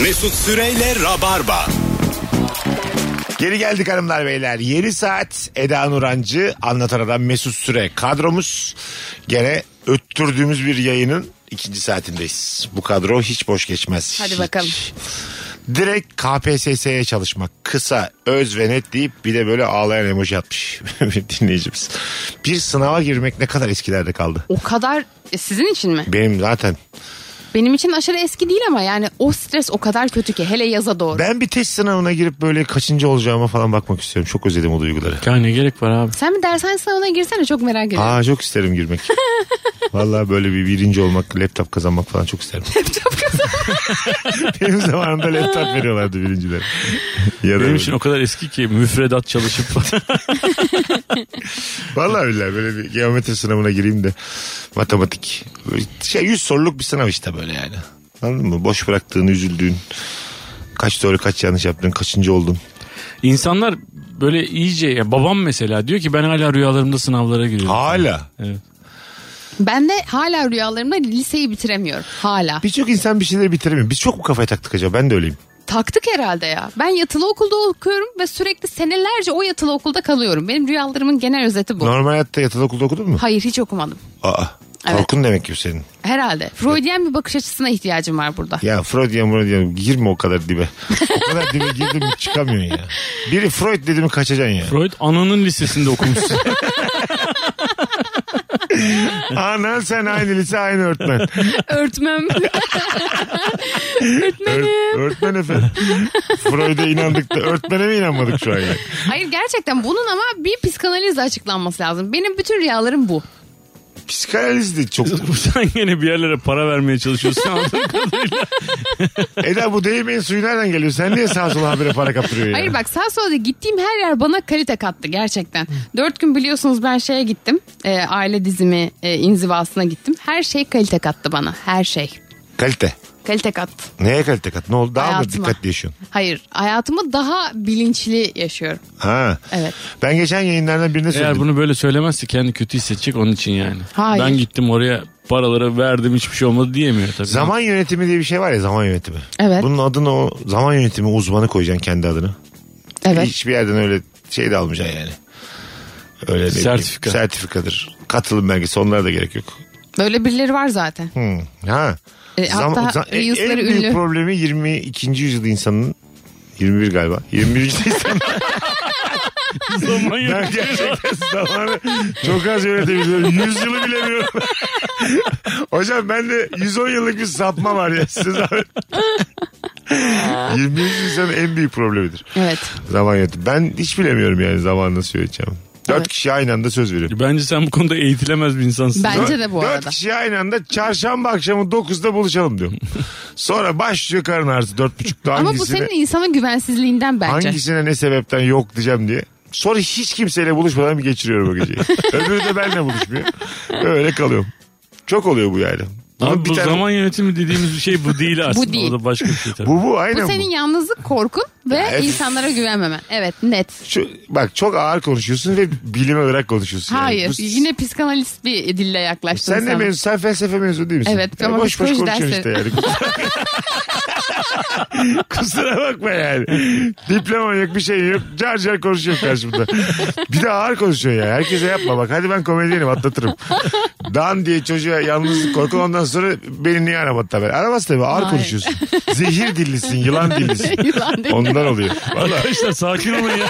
Speaker 2: Mesut Süreyle Rabarba.
Speaker 3: Geri geldik hanımlar beyler. Yeni saat Eda Nurancı anlatan adam Mesut Süre kadromuz. Gene öttürdüğümüz bir yayının ikinci saatindeyiz. Bu kadro hiç boş geçmez.
Speaker 5: Hadi
Speaker 3: Hiç.
Speaker 5: bakalım.
Speaker 3: Direkt KPSS'ye çalışmak. Kısa, öz ve net deyip bir de böyle ağlayan emoji atmış bir dinleyicimiz. Bir sınava girmek ne kadar eskilerde kaldı.
Speaker 5: O kadar e, sizin için mi?
Speaker 3: Benim zaten
Speaker 5: Benim için aşırı eski değil ama yani o stres o kadar kötü ki hele yaza doğru.
Speaker 3: Ben bir test sınavına girip böyle kaçıncı olacağıma falan bakmak istiyorum. Çok özledim o duyguları.
Speaker 4: Ya ne gerek var abi?
Speaker 5: Sen bir dershane sınavına girsene çok merak ediyorum.
Speaker 3: Aa çok isterim girmek. Vallahi böyle bir birinci olmak, laptop kazanmak falan çok isterim.
Speaker 5: Çok güzel.
Speaker 3: Benim zamanımda laptop veriyorlardı birinciler. ya da
Speaker 4: Benim
Speaker 3: böyle.
Speaker 4: için o kadar eski ki müfredat çalışıp
Speaker 3: Vallahi billahi böyle bir geometri sınavına gireyim de matematik. Böyle Şey 100 soruluk bir sınav işte böyle yani. Anladın mı? Boş bıraktığın, üzüldüğün. Kaç doğru kaç yanlış yaptın, kaçıncı oldun.
Speaker 4: İnsanlar böyle iyice ya babam mesela diyor ki ben hala rüyalarımda sınavlara giriyorum.
Speaker 3: Hala.
Speaker 4: Evet.
Speaker 5: Ben de hala rüyalarımda liseyi bitiremiyorum. Hala.
Speaker 3: Birçok insan bir şeyleri bitiremiyor. Biz çok mu kafaya taktık acaba? Ben de öyleyim.
Speaker 5: Taktık herhalde ya. Ben yatılı okulda okuyorum ve sürekli senelerce o yatılı okulda kalıyorum. Benim rüyalarımın genel özeti bu.
Speaker 3: Normal hayatta yatılı okulda okudun mu?
Speaker 5: Hayır hiç okumadım.
Speaker 3: Aa.
Speaker 5: Evet.
Speaker 3: Korkun demek ki senin.
Speaker 5: Herhalde. Freudian bir bakış açısına ihtiyacım var burada.
Speaker 3: Ya Freud ya Freud ya girme o kadar dibe. O kadar dibe girdim çıkamıyorsun ya. Biri Freud dedi mi kaçacaksın ya.
Speaker 4: Freud ananın lisesinde okumuşsun.
Speaker 3: Anan sen aynı lise aynı öğretmen.
Speaker 5: Örtmem.
Speaker 3: Ört,
Speaker 5: Örtmenim.
Speaker 3: öğretmen efendim. Freud'a inandık da öğretmene mi inanmadık şu an ya?
Speaker 5: Hayır gerçekten bunun ama bir psikanalizle açıklanması lazım. Benim bütün rüyalarım bu.
Speaker 3: Psikanaliz de çok.
Speaker 4: Sen gene bir yerlere para vermeye çalışıyorsun. Anladığım kadarıyla.
Speaker 3: Eda bu değirmenin suyu nereden geliyor? Sen niye sağa sola habire para kaptırıyorsun ya?
Speaker 5: Hayır bak sağ solda gittiğim her yer bana kalite kattı gerçekten. Dört gün biliyorsunuz ben şeye gittim. e, aile dizimi e, inzivasına gittim. Her şey kalite kattı bana. Her şey.
Speaker 3: Kalite.
Speaker 5: Kalite kattı.
Speaker 3: Neye kalite kat? Ne oldu? Daha mı
Speaker 5: Hayatıma.
Speaker 3: dikkatli yaşıyorsun?
Speaker 5: Hayır hayatımı daha bilinçli yaşıyorum.
Speaker 3: Ha.
Speaker 5: Evet.
Speaker 3: Ben geçen yayınlardan birine söyledim.
Speaker 4: Eğer bunu böyle söylemezse kendi kötü hissedecek onun için yani.
Speaker 5: Hayır.
Speaker 4: Ben gittim oraya paralara verdim hiçbir şey olmadı diyemiyor tabii.
Speaker 3: Zaman yönetimi diye bir şey var ya zaman yönetimi.
Speaker 5: Evet.
Speaker 3: Bunun adını o zaman yönetimi uzmanı koyacaksın kendi adını.
Speaker 5: Evet.
Speaker 3: Hiçbir yerden öyle şey de almayacaksın yani. Öyle ne bileyim,
Speaker 4: Sertifika.
Speaker 3: Sertifikadır. Katılım belgesi onlara da gerek yok.
Speaker 5: Böyle birileri var zaten.
Speaker 3: Hmm. Ha.
Speaker 5: E,
Speaker 3: Zam-
Speaker 5: hatta
Speaker 3: za- en- en
Speaker 5: Reels'leri
Speaker 3: büyük
Speaker 5: ünlü.
Speaker 3: problemi 22. yüzyıl insanının 21 galiba. 21. yüzyıl
Speaker 4: Zaman yok.
Speaker 3: ben gerçekten zamanı çok az yönetebiliyorum. 100 yılı bilemiyorum. Hocam bende 110 yıllık bir sapma var ya size zahmet. 21. yüzyılın en büyük problemidir.
Speaker 5: Evet.
Speaker 3: Zaman yönetimi. Ben hiç bilemiyorum yani zaman nasıl yöneteceğim. Dört
Speaker 5: Evet.
Speaker 3: kişi aynı anda söz veriyorum.
Speaker 4: Bence sen bu konuda eğitilemez bir insansın.
Speaker 5: Ben- Bence
Speaker 3: Dört-
Speaker 5: de bu
Speaker 3: dört
Speaker 5: arada.
Speaker 3: kişi aynı anda çarşamba akşamı 9'da buluşalım diyorum. Sonra başlıyor karın ağrısı 4.30'da
Speaker 5: Ama bu
Speaker 3: hangisine,
Speaker 5: senin insana güvensizliğinden bence.
Speaker 3: hangisine ne sebepten yok diyeceğim diye. Sonra hiç kimseyle buluşmadan bir geçiriyorum o geceyi. Öbürü de benimle buluşmuyor. Öyle kalıyorum. Çok oluyor bu yani. Bunun
Speaker 4: Abi
Speaker 3: bir
Speaker 4: bu
Speaker 3: tane-
Speaker 4: zaman yönetimi dediğimiz bir şey bu değil aslında.
Speaker 5: değil.
Speaker 4: O da başka bir şey tabii.
Speaker 3: Bu bu aynen
Speaker 5: Bu senin yalnızlık korkun ve
Speaker 3: Evet.
Speaker 5: insanlara güvenmemen. Evet net.
Speaker 3: Şu- bak çok ağır konuşuyorsun ve bilime ırak konuşuyorsun. yani.
Speaker 5: Hayır
Speaker 3: Bu-
Speaker 5: yine psikanalist bir dille yaklaştın
Speaker 3: Sen ne mezun? Sen felsefe mezunu değil misin?
Speaker 5: Evet,
Speaker 3: Ya
Speaker 5: ama
Speaker 3: boş boş
Speaker 5: psikoloji
Speaker 3: konuşuyorsun işte yani. Kusura bakma yani. Diploma yok bir şey yok. Car car konuşuyor karşımda. Bir de ağır konuşuyor ya. Herkese yapma bak. Hadi ben komedyenim atlatırım. Dan diye çocuğa yalnızlık korkun ondan sonra beni niye aramadı tabii. Aramaz tabii ağır
Speaker 5: Hayır.
Speaker 3: konuşuyorsun. Zehir dillisin yılan dillisin.
Speaker 5: Yılan değil.
Speaker 3: Ondan oluyor. Valla
Speaker 4: Arkadaşlar sakin olun ya.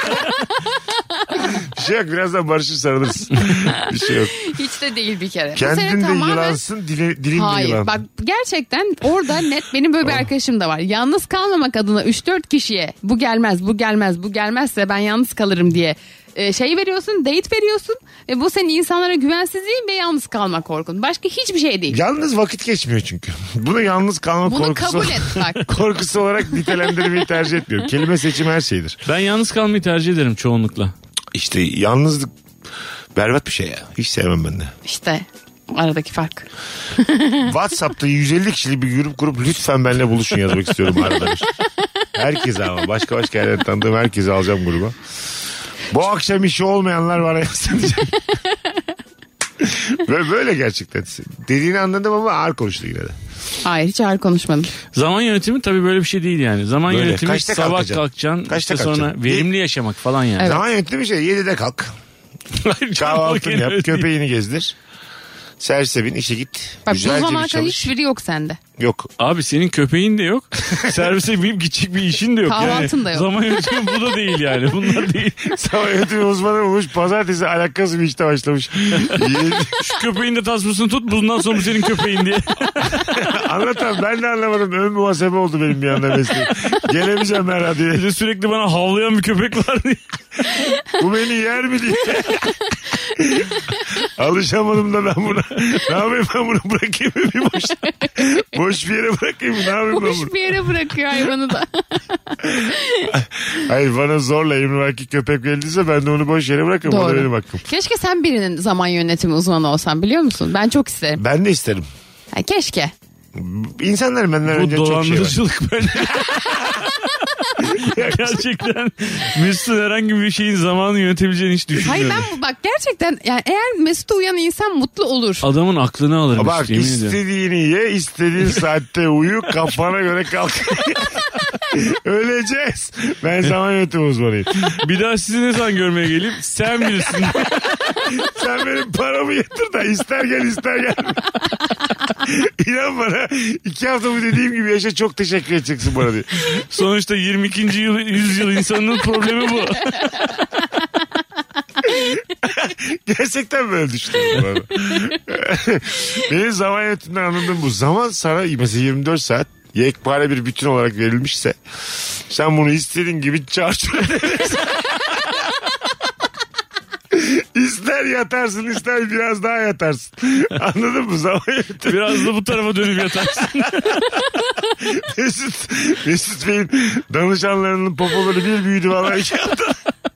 Speaker 3: bir şey yok. Birazdan barışır sarılırsın. Bir şey yok.
Speaker 5: Hiç de değil bir kere. Bu sene
Speaker 3: Kendin de
Speaker 5: tamamen-
Speaker 3: yılansın dili, dilin de
Speaker 5: Hayır
Speaker 3: yılan.
Speaker 5: bak gerçekten orada net benim böyle bir arkadaşım da var. Yalnız kalmamak adına 3-4 kişiye bu gelmez bu gelmez bu gelmezse ben yalnız kalırım diye e, şey veriyorsun date veriyorsun. E, bu senin insanlara güvensizliğin ve yalnız kalma korkun. Başka hiçbir şey değil.
Speaker 3: Yalnız vakit geçmiyor çünkü. Bunu yalnız kalma
Speaker 5: Bunu
Speaker 3: korkusu,
Speaker 5: kabul et bak.
Speaker 3: korkusu olarak nitelendirmeyi tercih etmiyorum. Kelime seçimi her şeydir.
Speaker 4: Ben yalnız kalmayı tercih ederim çoğunlukla.
Speaker 3: İşte yalnızlık berbat bir şey ya. Hiç sevmem ben de.
Speaker 5: İşte aradaki fark.
Speaker 3: Whatsapp'ta 150 kişilik bir grup grup lütfen benimle buluşun yazmak istiyorum arada. bir. Herkese ama başka başka yerden tanıdığım herkese alacağım gruba. Bu akşam işi olmayanlar var yazsın diyeceğim. Böyle, böyle gerçekten. Dediğini anladım ama ağır konuştu yine de.
Speaker 5: Hayır hiç ağır konuşmadım.
Speaker 4: Zaman yönetimi tabii böyle bir şey değil yani. Zaman
Speaker 3: Böyle.
Speaker 4: yönetimi
Speaker 3: Kaçta
Speaker 4: sabah
Speaker 3: kalkacaksın?
Speaker 4: kalkacaksın,
Speaker 3: Kaçta
Speaker 4: işte
Speaker 3: kalkacaksın?
Speaker 4: sonra verimli yaşamak falan yani.
Speaker 5: Evet.
Speaker 3: Zaman yönetimi şey 7'de kalk.
Speaker 4: Hayır canım, o
Speaker 3: Kahvaltını
Speaker 4: gene
Speaker 3: yap,
Speaker 4: öyle değil.
Speaker 3: köpeğini gezdir. Servise bin işe git.
Speaker 5: Bak bu
Speaker 3: Güzelce
Speaker 5: zamana
Speaker 3: bir
Speaker 5: kadar
Speaker 3: çalış.
Speaker 5: hiçbiri yok sende.
Speaker 3: Yok.
Speaker 4: Abi senin köpeğin de yok. Servise binip gidecek bir işin de yok.
Speaker 5: Kahvaltın
Speaker 4: yani.
Speaker 5: da yok.
Speaker 4: Zaman yönetimi bu da değil yani. Bunlar değil.
Speaker 3: Sabah yönetimi uzmanı olmuş. Pazartesi alakası bir işte başlamış.
Speaker 4: Şu köpeğin de tasmasını tut bundan sonra bu senin köpeğin diye.
Speaker 3: Anlatan ben de anlamadım. Ön muhasebe oldu benim bir anda mesleğim. Gelemeyeceğim ben radyoya.
Speaker 4: Bir de sürekli bana havlayan bir köpek var diye.
Speaker 3: Bu beni yer mi diye. Alışamadım da ben buna. Ne yapayım ben bunu bırakayım mı bir boş? boş bir yere bırakayım mı? Ne yapayım ben bunu?
Speaker 5: Boş bir yere bırakıyor hayvanı da.
Speaker 3: Hayır bana zorla emrivaki köpek geldiyse ben de onu boş yere bırakırım. O da benim hakkım.
Speaker 5: Keşke sen birinin zaman yönetimi uzmanı olsan biliyor musun? Ben çok isterim.
Speaker 3: Ben de isterim.
Speaker 5: Ha, keşke.
Speaker 3: İnsanlar benden
Speaker 4: Bu
Speaker 3: önce çok şey var.
Speaker 4: dolandırıcılık bence. Gerçekten Mesut'un herhangi bir şeyin zamanını yönetebileceğini hiç
Speaker 5: Hayır
Speaker 4: düşünmüyorum.
Speaker 5: ben bu- bak gerçekten yani eğer Mesut'a uyan insan mutlu olur.
Speaker 4: Adamın aklını alır Mesut
Speaker 3: Bak
Speaker 4: yemin ediyorum.
Speaker 3: istediğini ye, istediğin saatte uyu, kafana göre kalk. Öleceğiz. Ben zaman yönetimi uzmanıyım.
Speaker 4: Bir daha sizi ne zaman görmeye geleyim? Sen bilirsin.
Speaker 3: Sen benim paramı yatır da ister gel ister gel. İnan bana iki hafta bu dediğim gibi yaşa çok teşekkür edeceksin bana diye.
Speaker 4: Sonuçta 22. Yıl, yüzyıl insanının problemi bu.
Speaker 3: Gerçekten böyle düşünüyorum bu arada. Benim zaman yönetiminden anladığım bu. Zaman sana mesela 24 saat yekpare bir bütün olarak verilmişse sen bunu istediğin gibi çarçur edersin. İster yatarsın ister biraz daha yatarsın. Anladın mı? Zaman yönetimi.
Speaker 4: Biraz da bu tarafa dönüp yatarsın.
Speaker 3: Mesut, Mesut Bey'in danışanlarının popoları bir büyüdü valla iki hafta.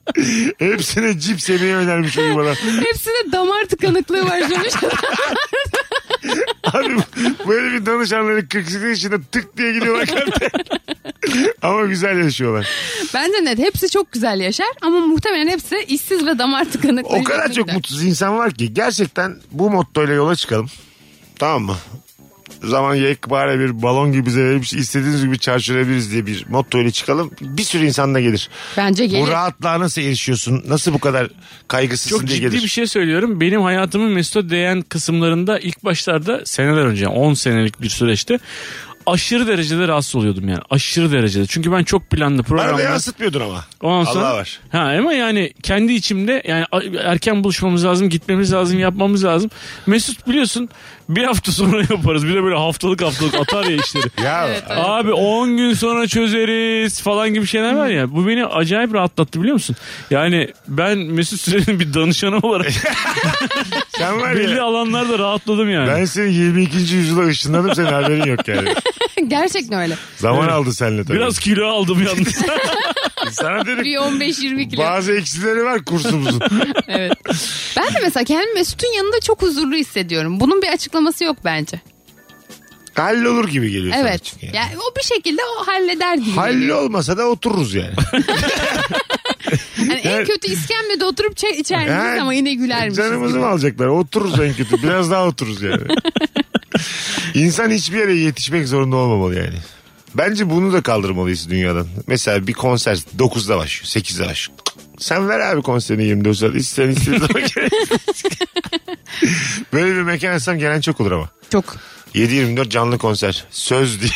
Speaker 3: Hepsine cips yemeği önermiş onu bana.
Speaker 5: Hepsinde damar tıkanıklığı var demiş.
Speaker 3: Abi bu- böyle bir danışanların 48 yaşında tık diye gidiyorlar kalpte. Ama güzel yaşıyorlar.
Speaker 5: Bence net hepsi çok güzel yaşar ama muhtemelen hepsi işsiz ve damar tıkanıklığı.
Speaker 3: O kadar
Speaker 5: yüzünden
Speaker 3: çok
Speaker 5: gider.
Speaker 3: mutsuz insan var ki gerçekten bu mottoyla yola çıkalım. Tamam mı? zaman yekpare bir balon gibi bize verilmiş istediğiniz gibi çarşırabiliriz diye bir mottoyla çıkalım. Bir sürü insan da gelir.
Speaker 5: Bence
Speaker 3: Bu
Speaker 5: gelir.
Speaker 3: rahatlığa nasıl erişiyorsun? Nasıl bu kadar kaygısızsın
Speaker 4: Çok
Speaker 3: diye
Speaker 4: ciddi
Speaker 3: gelir.
Speaker 4: bir şey söylüyorum. Benim hayatımın Mesut'a değen kısımlarında ilk başlarda seneler önce yani 10 senelik bir süreçte aşırı derecede rahatsız oluyordum yani. Aşırı derecede. Çünkü ben çok planlı
Speaker 3: Bana da
Speaker 4: programlı.
Speaker 3: yansıtmıyordun ama.
Speaker 4: Ondan sonra,
Speaker 3: Allah var.
Speaker 4: Ha ama yani kendi içimde yani a- erken buluşmamız lazım, gitmemiz lazım, yapmamız lazım. Mesut biliyorsun bir hafta sonra yaparız. Bir de böyle haftalık haftalık atar ya işleri.
Speaker 3: Ya
Speaker 4: Abi 10 gün sonra çözeriz falan gibi şeyler var ya. Bu beni acayip rahatlattı biliyor musun? Yani ben Mesut Süren'in bir danışanı olarak
Speaker 3: sen var
Speaker 4: belli
Speaker 3: ya.
Speaker 4: alanlarda rahatladım yani.
Speaker 3: Ben seni 22. yüzyıla ışınladım senin haberin yok yani.
Speaker 5: Gerçekten öyle.
Speaker 3: Zaman
Speaker 4: Evet.
Speaker 3: aldı seninle tabii.
Speaker 4: Biraz kilo aldım yalnız.
Speaker 3: sana dedik.
Speaker 5: Bir 15-20 kilo.
Speaker 3: Bazı eksileri var kursumuzun.
Speaker 5: Evet. Ben de mesela kendimi Mesut'un yanında çok huzurlu hissediyorum. Bunun bir açıklaması yok bence.
Speaker 3: Hallolur gibi geliyor sana
Speaker 5: Evet.
Speaker 3: çünkü yani.
Speaker 5: Yani o bir şekilde o halleder gibi.
Speaker 3: Halli
Speaker 5: geliyor.
Speaker 3: olmasa da otururuz yani.
Speaker 5: Yani Hani en
Speaker 3: Yani-
Speaker 5: kötü iskemlede oturup çay içer
Speaker 3: Ha,
Speaker 5: miyiz ama yine güler misiniz?
Speaker 3: Canımızı mı alacaklar? Otururuz en kötü. Biraz daha otururuz yani. İnsan hiçbir yere yetişmek zorunda olmamalı yani. Bence bunu da kaldırmalıyız dünyadan. Mesela bir konser 9'da başlıyor, 8'de başlıyor. Sen ver abi konserini 24 saat. İsteyen istediği zaman gel. Böyle bir mekan açsam gelen çok olur ama.
Speaker 5: Çok.
Speaker 3: 7-24 canlı konser. Söz diye.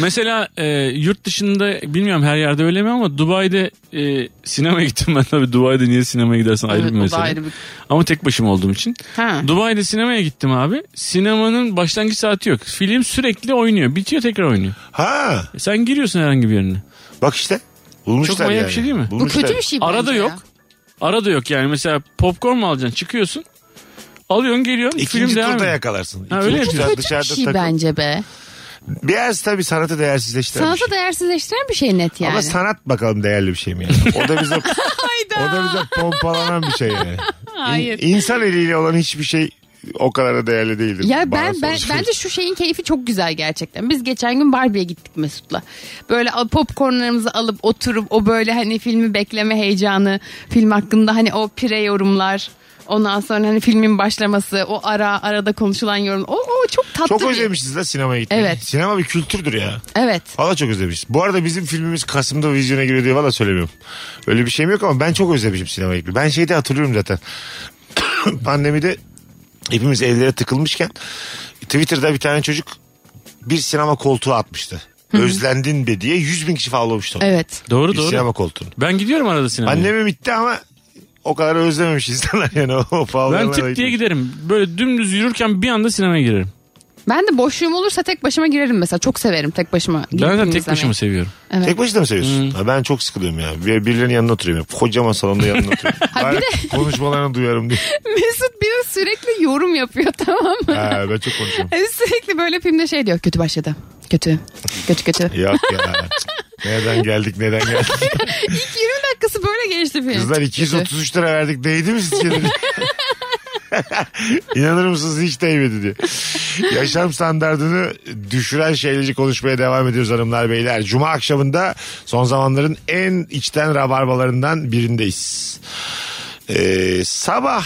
Speaker 4: Mesela e, yurt dışında bilmiyorum her yerde öyle mi ama Dubai'de e, sinemaya gittim ben tabii. Dubai'de niye sinemaya gidersen ayrı
Speaker 5: Evet,
Speaker 4: bir
Speaker 5: o da
Speaker 4: mesele.
Speaker 5: ayrı bir-
Speaker 4: Ama tek başıma olduğum için.
Speaker 5: Ha.
Speaker 4: Dubai'de sinemaya gittim abi. Sinemanın başlangıç saati yok. Film sürekli oynuyor. Bitiyor tekrar oynuyor.
Speaker 3: Ha
Speaker 4: E, sen giriyorsun herhangi bir yerine.
Speaker 3: bak işte. Bulmuşlar
Speaker 4: Çok manyak
Speaker 3: yani.
Speaker 4: bir şey değil mi?
Speaker 5: Bu kötü bir şey.
Speaker 4: Arada
Speaker 5: bence
Speaker 4: yok.
Speaker 5: ya.
Speaker 4: Arada yok yani mesela popcorn mu alacaksın çıkıyorsun. Alıyorsun geliyorsun
Speaker 3: İkinci
Speaker 4: film devam
Speaker 3: turda
Speaker 4: ediyor.
Speaker 3: yakalarsın.
Speaker 4: Ha,
Speaker 3: İkinci
Speaker 4: öyle yapıyor.
Speaker 3: turda
Speaker 5: Kötü bir
Speaker 3: dışarıda
Speaker 5: şey
Speaker 3: takıl-
Speaker 5: bence be.
Speaker 3: Biraz tabii sanatı değersizleştiren bir şey.
Speaker 5: Sanata değersizleştiren bir şey net yani.
Speaker 3: Ama sanat bakalım değerli bir şey mi yani? O da bize o
Speaker 5: Hayda.
Speaker 3: da bize pompalanan bir şey yani.
Speaker 5: Hayır.
Speaker 3: insan eliyle olan hiçbir şey o kadar da değerli değildir.
Speaker 5: Ya
Speaker 3: Bana
Speaker 5: ben, ben
Speaker 3: sorarsan.
Speaker 5: bence şu şeyin keyfi çok güzel gerçekten. Biz geçen gün Barbie'ye gittik Mesut'la. Böyle al- popcornlarımızı alıp oturup o böyle hani filmi bekleme heyecanı, film hakkında hani o pire yorumlar, ondan sonra hani filmin başlaması, o ara arada konuşulan yorum. O, o çok tatlı.
Speaker 3: çok
Speaker 5: bir-
Speaker 3: özlemişiz la sinemaya gitmeyi.
Speaker 5: Evet.
Speaker 3: Sinema bir kültürdür ya.
Speaker 5: Evet.
Speaker 3: Valla çok özlemişiz. Bu arada bizim filmimiz Kasım'da vizyona giriyor diye valla söylemiyorum. Öyle bir şeyim yok ama ben çok özlemişim sinemaya gitmeyi. Ben şeyde hatırlıyorum zaten. Pandemide Hepimiz evlere tıkılmışken Twitter'da bir tane çocuk bir sinema koltuğu atmıştı. Özlendin be diye 100 bin kişi followlamıştı onu.
Speaker 5: Evet.
Speaker 4: Doğru
Speaker 3: Bir
Speaker 4: doğru.
Speaker 3: sinema koltuğunu.
Speaker 4: Ben gidiyorum arada sinemaya.
Speaker 3: Anneme bitti ama o kadar özlememiş insanlar yani o
Speaker 4: ben
Speaker 3: followlarına
Speaker 4: tık diye
Speaker 3: bakıyor.
Speaker 4: giderim. Böyle dümdüz yürürken bir anda sinemaya girerim.
Speaker 5: Ben de boşluğum olursa tek başıma girerim mesela. Çok severim tek başıma.
Speaker 4: Ben
Speaker 5: girip
Speaker 4: zaten
Speaker 5: film
Speaker 4: tek
Speaker 5: izlemeyi.
Speaker 4: başıma seviyorum.
Speaker 5: Evet.
Speaker 3: Tek başına mı seviyorsun? Ha, Ben çok sıkılıyorum ya. Bir- Birilerinin yanına oturuyorum. hep. Kocaman salonda yanına oturuyorum.
Speaker 5: bir
Speaker 3: Bari Konuşmalarını duyarım diye.
Speaker 5: Mesut bir de sürekli yorum yapıyor tamam mı?
Speaker 3: Ha, ben çok konuşuyorum.
Speaker 5: E, Sürekli böyle filmde şey diyor kötü başladı. Kötü. Kötü kötü.
Speaker 3: Yok ya. Nereden geldik neden geldik?
Speaker 5: İlk 20 dakikası böyle geçti film.
Speaker 3: Kızlar 233 lira verdik değdi mi sizce? İnanır mısınız hiç değmedi diye. Yaşam standartını düşüren şeyleri konuşmaya devam ediyoruz hanımlar beyler. Cuma akşamında son zamanların en içten rabarbalarından birindeyiz. Ee, sabah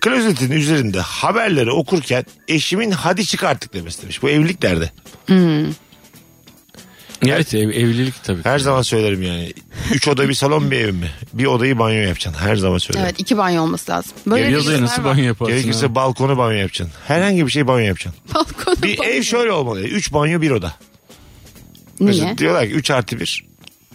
Speaker 3: klozetin üzerinde haberleri okurken eşimin hadi çık artık demesi demiş. Bu evlilik nerede?
Speaker 4: Evet ev- evlilik tabii.
Speaker 3: Her zaman söylerim yani. Üç oda bir salon bir evim mi? Bir odayı banyo yapacaksın. Her zaman söylerim.
Speaker 5: Evet iki banyo olması lazım. Böyle
Speaker 4: Ya Yazayı
Speaker 5: videolar
Speaker 4: nasıl
Speaker 5: var.
Speaker 4: banyo yaparsın?
Speaker 3: Gerekirse
Speaker 4: ha?
Speaker 3: balkonu banyo yapacaksın. Herhangi bir şey banyo yapacaksın.
Speaker 5: Balkonu
Speaker 3: Bir
Speaker 5: banyo.
Speaker 3: ev şöyle olmalı. 3 banyo bir oda.
Speaker 5: Niye?
Speaker 3: Mesela diyorlar ki 3 artı 1.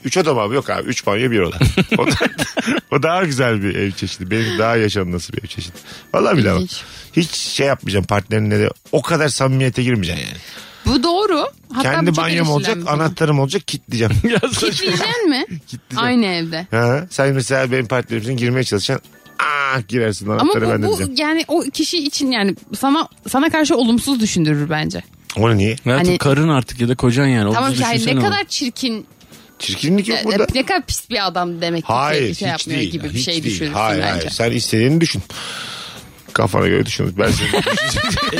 Speaker 3: 3 oda mı abi? Yok abi 3 banyo bir oda. o, da, o daha güzel bir ev çeşidi. Benim daha yaşanması bir ev çeşidi. Vallahi bile bak.
Speaker 5: İlginç.
Speaker 3: Hiç şey yapmayacaksın partnerinle de o kadar samimiyete girmeyeceksin yani.
Speaker 5: Bu doğru. Hatta bu
Speaker 3: Kendi
Speaker 5: çok
Speaker 3: banyom
Speaker 5: eleştirilen
Speaker 3: olacak,
Speaker 5: bir konu.
Speaker 3: anahtarım olacak, kilitleyeceğim.
Speaker 4: Ya saçma.
Speaker 5: Kitleyeceksin mi?
Speaker 3: Kitleyeceğim.
Speaker 5: Aynı evde.
Speaker 3: ha, sen mesela benim partnerimsin girmeye çalışacaksın. Aa girersin
Speaker 5: Ama
Speaker 3: anahtarı ben
Speaker 5: bu,
Speaker 3: de
Speaker 5: bu
Speaker 3: diyeceğim.
Speaker 5: yani o kişi için yani sana sana karşı olumsuz düşündürür bence.
Speaker 3: Onu niye?
Speaker 4: Hayatım
Speaker 5: Hani-
Speaker 4: karın artık ya da kocan yani.
Speaker 5: tamam
Speaker 4: Tamam
Speaker 5: ki hayır, ne
Speaker 4: ne
Speaker 5: kadar çirkin,
Speaker 3: Çirkinlik yok
Speaker 5: e,
Speaker 3: burada.
Speaker 5: ne kadar pis bir adam demek ki
Speaker 3: Hayır
Speaker 5: şey, şey
Speaker 3: hiç
Speaker 5: yapmıyor
Speaker 3: değil.
Speaker 5: gibi bir
Speaker 3: Hiç
Speaker 5: şey
Speaker 3: değil.
Speaker 5: düşünürsün
Speaker 3: hayır,
Speaker 5: bence.
Speaker 3: Hayır sen istediğini düşün. Kafana göre düşün. Ben senin,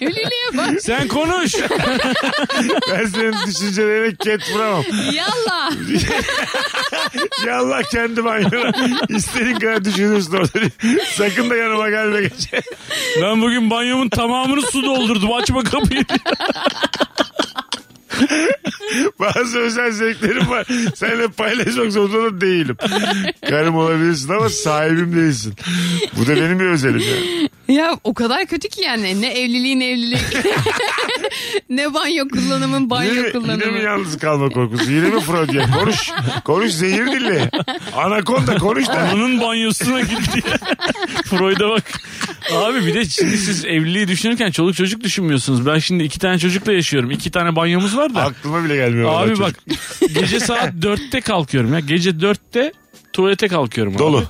Speaker 5: Evliliğe bak.
Speaker 4: Sen konuş.
Speaker 3: ben senin düşüncelerine ket vuramam.
Speaker 5: Yallah.
Speaker 3: Ya Allah kendi banyona. İstediğin kadar düşünürsün orada. Sakın da yanıma gelme geç.
Speaker 4: ben bugün banyomun tamamını su doldurdum. Açma kapıyı.
Speaker 3: Bazı özel zevklerim var. Seninle paylaşmak zorunda da değilim. Karım olabilirsin ama sahibim değilsin. Bu da benim bir özelim. Ya.
Speaker 5: Ya o kadar kötü ki yani ne evliliğin evlilik ne banyo kullanımın banyo
Speaker 3: Yine, mi- yine
Speaker 5: kullanımı.
Speaker 3: mi yalnız kalma korkusu? Yine mi Freud ya? Konuş. Konuş zehir dille. Anakonda konuş da.
Speaker 4: Onun banyosuna gitti. Freud'a bak. Abi bir de şimdi siz evliliği düşünürken çoluk çocuk düşünmüyorsunuz. Ben şimdi iki tane çocukla yaşıyorum. İki tane banyomuz var da.
Speaker 3: Aklıma bile gelmiyor. vallahi
Speaker 4: Abi
Speaker 3: çocuk.
Speaker 4: bak gece saat dörtte kalkıyorum ya. Gece dörtte tuvalete kalkıyorum
Speaker 3: Dolu.
Speaker 4: abi.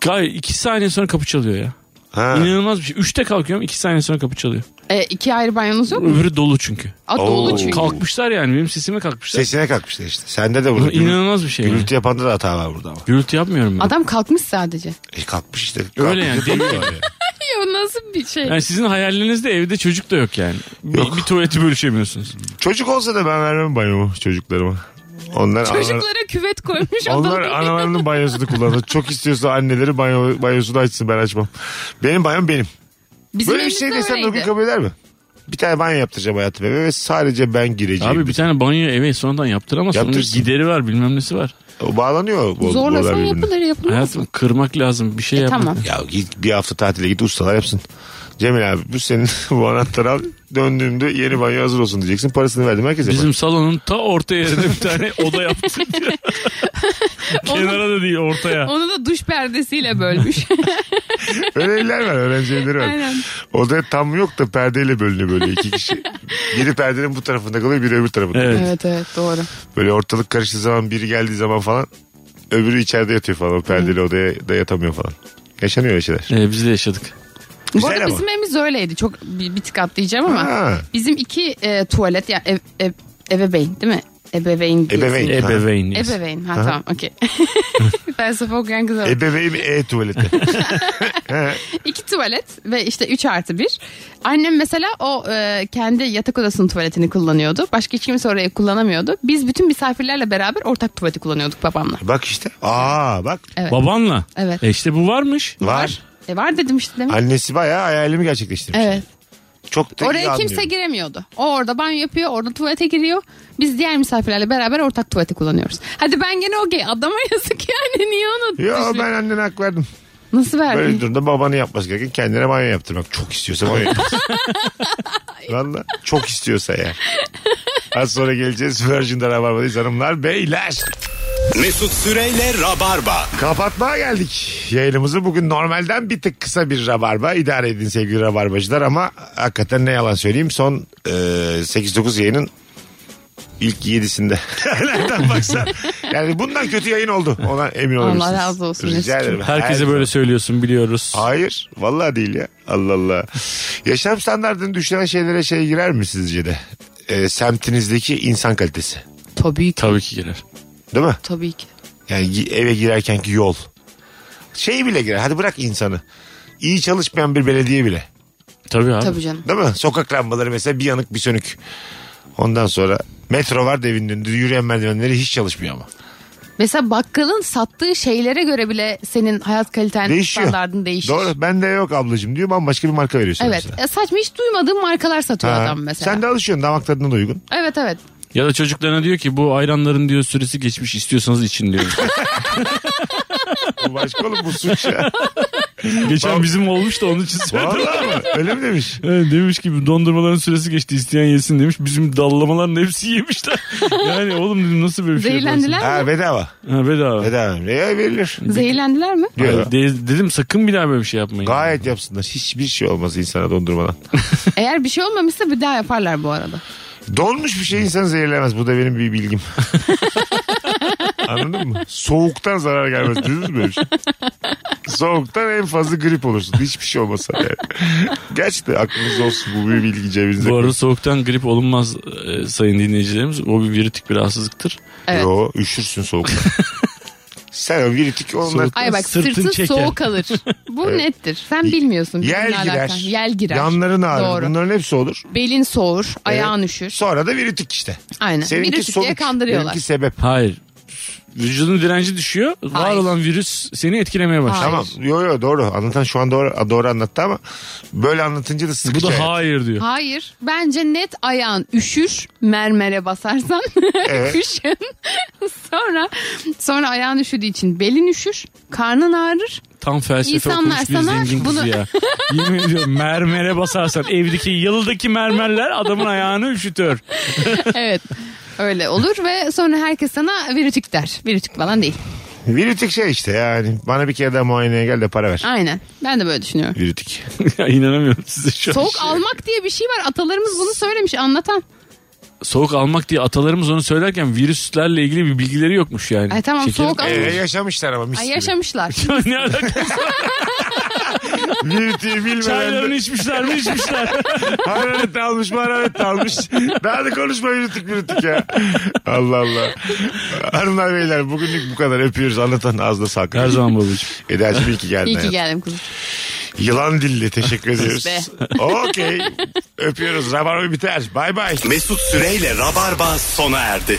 Speaker 4: Gay iki saniye sonra kapı çalıyor ya.
Speaker 3: Ha.
Speaker 4: İnanılmaz bir şey. Üçte kalkıyorum iki saniye sonra kapı çalıyor.
Speaker 5: E, iki ayrı banyonuz yok mu?
Speaker 4: Öbürü dolu çünkü.
Speaker 5: At
Speaker 3: Oo.
Speaker 5: dolu çünkü.
Speaker 4: Kalkmışlar yani benim sesime kalkmışlar.
Speaker 3: Sesine kalkmışlar işte. Sende de burada.
Speaker 4: Bu
Speaker 3: Gürültü,
Speaker 4: inanılmaz bir şey. yani.
Speaker 3: gürültü yapanda da hata var burada ama.
Speaker 4: Gürültü yapmıyorum ben.
Speaker 5: Adam kalkmış sadece.
Speaker 3: E kalkmış işte.
Speaker 4: Öyle yani,
Speaker 3: Kalkmış da
Speaker 4: değil mi?
Speaker 3: duruyor yani.
Speaker 5: Ya nasıl bir şey?
Speaker 4: Yani sizin hayalinizde evde çocuk da yok yani. Bir-
Speaker 3: Yok.
Speaker 4: bir tuvaleti bölüşemiyorsunuz.
Speaker 3: Çocuk olsa da ben vermem banyomu çocuklarıma. Onlar analar-
Speaker 5: Çocuklara küvet koymuş
Speaker 3: onlar
Speaker 5: adam.
Speaker 3: analarının banyosunu kullanır. Çok istiyorsa anneleri banyo, banyosunu açsın ben açmam. Benim banyom benim.
Speaker 5: Bizim
Speaker 3: Böyle bir şey
Speaker 5: evimizde
Speaker 3: desem Nurgül
Speaker 5: öyleydi.
Speaker 3: kabul eder mi? Bir tane banyo yaptıracağım hayatım eve ve sadece ben gireceğim.
Speaker 4: Abi bir tane banyo eve sonradan yaptıramazsın. Onun
Speaker 3: şey Yaptırsın.
Speaker 4: gideri var bilmem nesi var.
Speaker 3: O bağlanıyor. bu-
Speaker 5: Zorlasan
Speaker 3: bunlar birbirine.
Speaker 5: yapılır yapılmaz.
Speaker 4: Hayatım kırmak lazım bir şey
Speaker 5: E,
Speaker 4: yapmak.
Speaker 5: tamam.
Speaker 3: Ya git bir hafta tatile git ustalar yapsın. Cemil abi bu senin bu anahtarı al. Döndüğümde yeni banyo hazır olsun diyeceksin. Parasını verdim herkese.
Speaker 4: Bizim salonun ta orta yerine bir tane oda yaptı. Kenara da değil ortaya.
Speaker 5: Onu da duş perdesiyle bölmüş.
Speaker 3: Öyle evler var öğrenci evleri var.
Speaker 5: Aynen.
Speaker 3: Odaya tam yok da perdeyle bölünüyor böyle iki kişi. Biri perdenin bu tarafında kalıyor biri öbür tarafında.
Speaker 4: Evet.
Speaker 5: evet evet doğru.
Speaker 3: Böyle ortalık karıştığı zaman biri geldiği zaman falan öbürü içeride yatıyor falan. O perdeli odaya da yatamıyor falan. Yaşanıyor öyle şeyler.
Speaker 4: Ee, biz de yaşadık.
Speaker 5: Bu
Speaker 3: Güzel
Speaker 5: arada
Speaker 3: ama.
Speaker 5: bizim evimiz öyleydi. Çok bir, bir tık atlayacağım ama.
Speaker 3: Ha.
Speaker 5: Bizim iki e, tuvalet ya ev, ev, ebeveyn değil mi? Ebeveyn. diye
Speaker 3: Ebeveyn.
Speaker 5: isim.
Speaker 4: Ebeveyn.
Speaker 5: Ebeveyn. Ha, tamam okey. Felsefe okuyan kız var.
Speaker 3: Ebeveyn E tuvaleti.
Speaker 5: İki tuvalet ve işte 3 artı bir. Annem mesela o e, kendi yatak odasının tuvaletini kullanıyordu. Başka hiç kimse orayı kullanamıyordu. Biz bütün misafirlerle beraber ortak tuvaleti kullanıyorduk babamla.
Speaker 3: bak işte. Aa bak.
Speaker 5: Evet.
Speaker 4: Babanla.
Speaker 5: Evet.
Speaker 4: E işte bu varmış.
Speaker 3: Var.
Speaker 5: E, var dedim işte demek.
Speaker 3: Annesi bayağı hayalimi gerçekleştirmiş.
Speaker 5: Evet.
Speaker 3: Çok da iyi
Speaker 5: Oraya kimse
Speaker 3: anlıyorum.
Speaker 5: giremiyordu. O orada banyo yapıyor, orada tuvalete giriyor. Biz diğer misafirlerle beraber ortak tuvaleti kullanıyoruz. Hadi ben gene okey. Adama yazık yani niye onu
Speaker 3: Yo
Speaker 5: düşünüyorsun?
Speaker 3: ben annene hak verdim.
Speaker 5: Nasıl
Speaker 3: Böyle bir
Speaker 5: verdin?
Speaker 3: durumda babanı yapması gereken kendine banyo yaptırmak. Çok istiyorsa banyo yaptırsın. Valla çok istiyorsa eğer. Az sonra geleceğiz. Virgin'de Rabarba'dayız hanımlar beyler.
Speaker 2: Mesut Süreyle Rabarba.
Speaker 3: Kapatmaya geldik yayınımızı. Bugün normalden bir tık kısa bir rabarba. İdare edin sevgili rabarbacılar ama hakikaten ne yalan söyleyeyim son e, 8-9 yayının ilk 7'sinde. Nereden baksan. Yani bundan kötü yayın oldu. Ona emin olabilirsiniz.
Speaker 5: razı olsun
Speaker 3: Rica
Speaker 5: Mesut'cum.
Speaker 3: ederim.
Speaker 4: Herkese
Speaker 3: Her-
Speaker 4: böyle söylüyorsun biliyoruz.
Speaker 3: Hayır. Vallahi değil ya. Allah Allah. Yaşam standartını düşüren şeylere şey girer mi sizce de? E, semtinizdeki insan kalitesi.
Speaker 5: Tabii ki.
Speaker 4: Tabii ki gelir.
Speaker 3: Değil mi?
Speaker 5: Tabii ki.
Speaker 3: Yani gi- eve girerkenki yol. Şey bile girer. Hadi bırak insanı. İyi çalışmayan bir belediye bile.
Speaker 4: Tabii abi.
Speaker 5: Tabii canım.
Speaker 3: Değil mi? Sokak lambaları mesela bir yanık bir sönük. Ondan sonra metro var da evinin önünde. Yürüyen merdivenleri hiç çalışmıyor ama.
Speaker 5: Mesela bakkalın sattığı şeylere göre bile senin hayat kaliten
Speaker 3: Değişiyor.
Speaker 5: standartın değişir.
Speaker 3: Doğru. Bende yok ablacığım diyor. Bambaşka bir marka veriyorsun.
Speaker 5: Evet.
Speaker 3: mesela.
Speaker 5: E, saçma hiç duymadığım markalar satıyor
Speaker 3: Ha.
Speaker 5: adam mesela.
Speaker 3: Sen de alışıyorsun. Damak tadına da uygun.
Speaker 5: Evet evet.
Speaker 4: Ya da çocuklarına diyor ki bu ayranların diyor süresi geçmiş istiyorsanız için diyor.
Speaker 3: Bu başka oğlum bu suç ya.
Speaker 4: Geçen bizim olmuş da onun için söyledim.
Speaker 3: Vallahi mi? Öyle mi demiş?
Speaker 4: Evet, demiş ki dondurmaların süresi geçti isteyen yesin demiş. Bizim dallamaların hepsi yemişler. yani oğlum dedim nasıl böyle bir şey
Speaker 5: Zehirlendiler mi?
Speaker 3: Ha bedava.
Speaker 4: yaparsın? Ha, bedava.
Speaker 3: Bedava. Ya verilir.
Speaker 5: Zehirlendiler mi?
Speaker 3: Diyor.
Speaker 4: De- dedim sakın bir daha böyle bir şey yapmayın.
Speaker 3: Gayet yapsınlar. Hiçbir şey olmaz insana dondurmadan.
Speaker 5: Eğer bir şey olmamışsa bir daha yaparlar bu arada.
Speaker 3: Donmuş bir şey insanı zehirlemez. Bu da benim bir bilgim. Anladın mı? Soğuktan zarar gelmez. Duydunuz mu böyle bir şey? Soğuktan en fazla grip olursun. Hiçbir şey olmasa yani. Gerçekten aklınızda olsun bu bir bilgi cebinizde.
Speaker 4: Bu arada soğuktan grip olunmaz e, sayın dinleyicilerimiz. O bir virütik bir rahatsızlıktır.
Speaker 5: Evet.
Speaker 3: Yo üşürsün soğuktan. Sen o viritik onlar.
Speaker 4: Soğuk-
Speaker 5: Ay bak
Speaker 4: Sırtın
Speaker 5: sırtın
Speaker 4: çeker.
Speaker 5: soğuk kalır. Bu nettir. Sen bilmiyorsun.
Speaker 3: Yel
Speaker 5: bizimle
Speaker 3: girer.
Speaker 5: alakan. Yel girer.
Speaker 3: Yanların ağrır.
Speaker 5: Doğru.
Speaker 3: Bunların hepsi olur.
Speaker 5: Belin soğur, ayağın üşür.
Speaker 3: Sonra da viritik işte.
Speaker 5: Aynen. Virüs diye kandırıyorlar.
Speaker 3: Benimki sebep.
Speaker 4: Hayır. Vücudun direnci düşüyor. Var
Speaker 5: Hayır.
Speaker 4: olan virüs seni etkilemeye başlıyor.
Speaker 3: Tamam. Yo yo doğru. Anlatan şu an doğru, doğru anlattı ama böyle anlatınca da
Speaker 4: Bu
Speaker 3: sıkıcı.
Speaker 4: da
Speaker 3: hayat.
Speaker 4: hayır diyor.
Speaker 5: Hayır. Bence net ayağın üşür. Mermere basarsan
Speaker 3: Evet.
Speaker 5: kışın. sonra sonra ayağın üşüdüğü için belin üşür. Karnın ağrır.
Speaker 4: Tam felsefe
Speaker 5: İnsanlar
Speaker 4: okumuş bir
Speaker 5: sana
Speaker 4: zengin kızı
Speaker 5: bunu-
Speaker 4: ya. Yemin ediyorum mermere basarsan evdeki yıldaki mermerler adamın ayağını üşütür.
Speaker 5: evet. Öyle olur ve sonra herkes sana virütük der. Virütük falan değil.
Speaker 3: Virütik şey işte yani. Bana bir kere daha muayeneye gel de para ver.
Speaker 5: Aynen. Ben de böyle düşünüyorum.
Speaker 3: Virütik.
Speaker 4: ya inanamıyorum size şu an.
Speaker 5: Soğuk almak diye bir şey var. Atalarımız bunu söylemiş anlatan.
Speaker 4: Soğuk almak diye atalarımız onu söylerken virüslerle ilgili bir bilgileri yokmuş yani.
Speaker 5: Ay tamam,
Speaker 4: Şekerim.
Speaker 5: soğuk al-
Speaker 3: Ee, yaşamışlar ama mis
Speaker 5: Ay
Speaker 3: gibi.
Speaker 5: yaşamışlar.
Speaker 4: ne alakası?
Speaker 3: Virütiği bilmeden
Speaker 4: Çaylarını
Speaker 3: de
Speaker 4: içmişler mi içmişler?
Speaker 3: hararet de almış hararet de almış. Daha da konuşma virütik virütik ya. Allah Allah. Hanımlar beyler bugünlük bu kadar öpüyoruz. Anlatan ağzına sağlık.
Speaker 4: Her zaman babacığım.
Speaker 3: Eda'cığım iyi ki geldin.
Speaker 5: İyi ki
Speaker 3: hayatım.
Speaker 5: geldim kızım.
Speaker 3: Yılan dilli teşekkür ediyoruz.
Speaker 5: be.
Speaker 3: Okey. Öpüyoruz. Rabarba biter. Bay bay.
Speaker 2: Mesut Süreyle Rabarba sona erdi.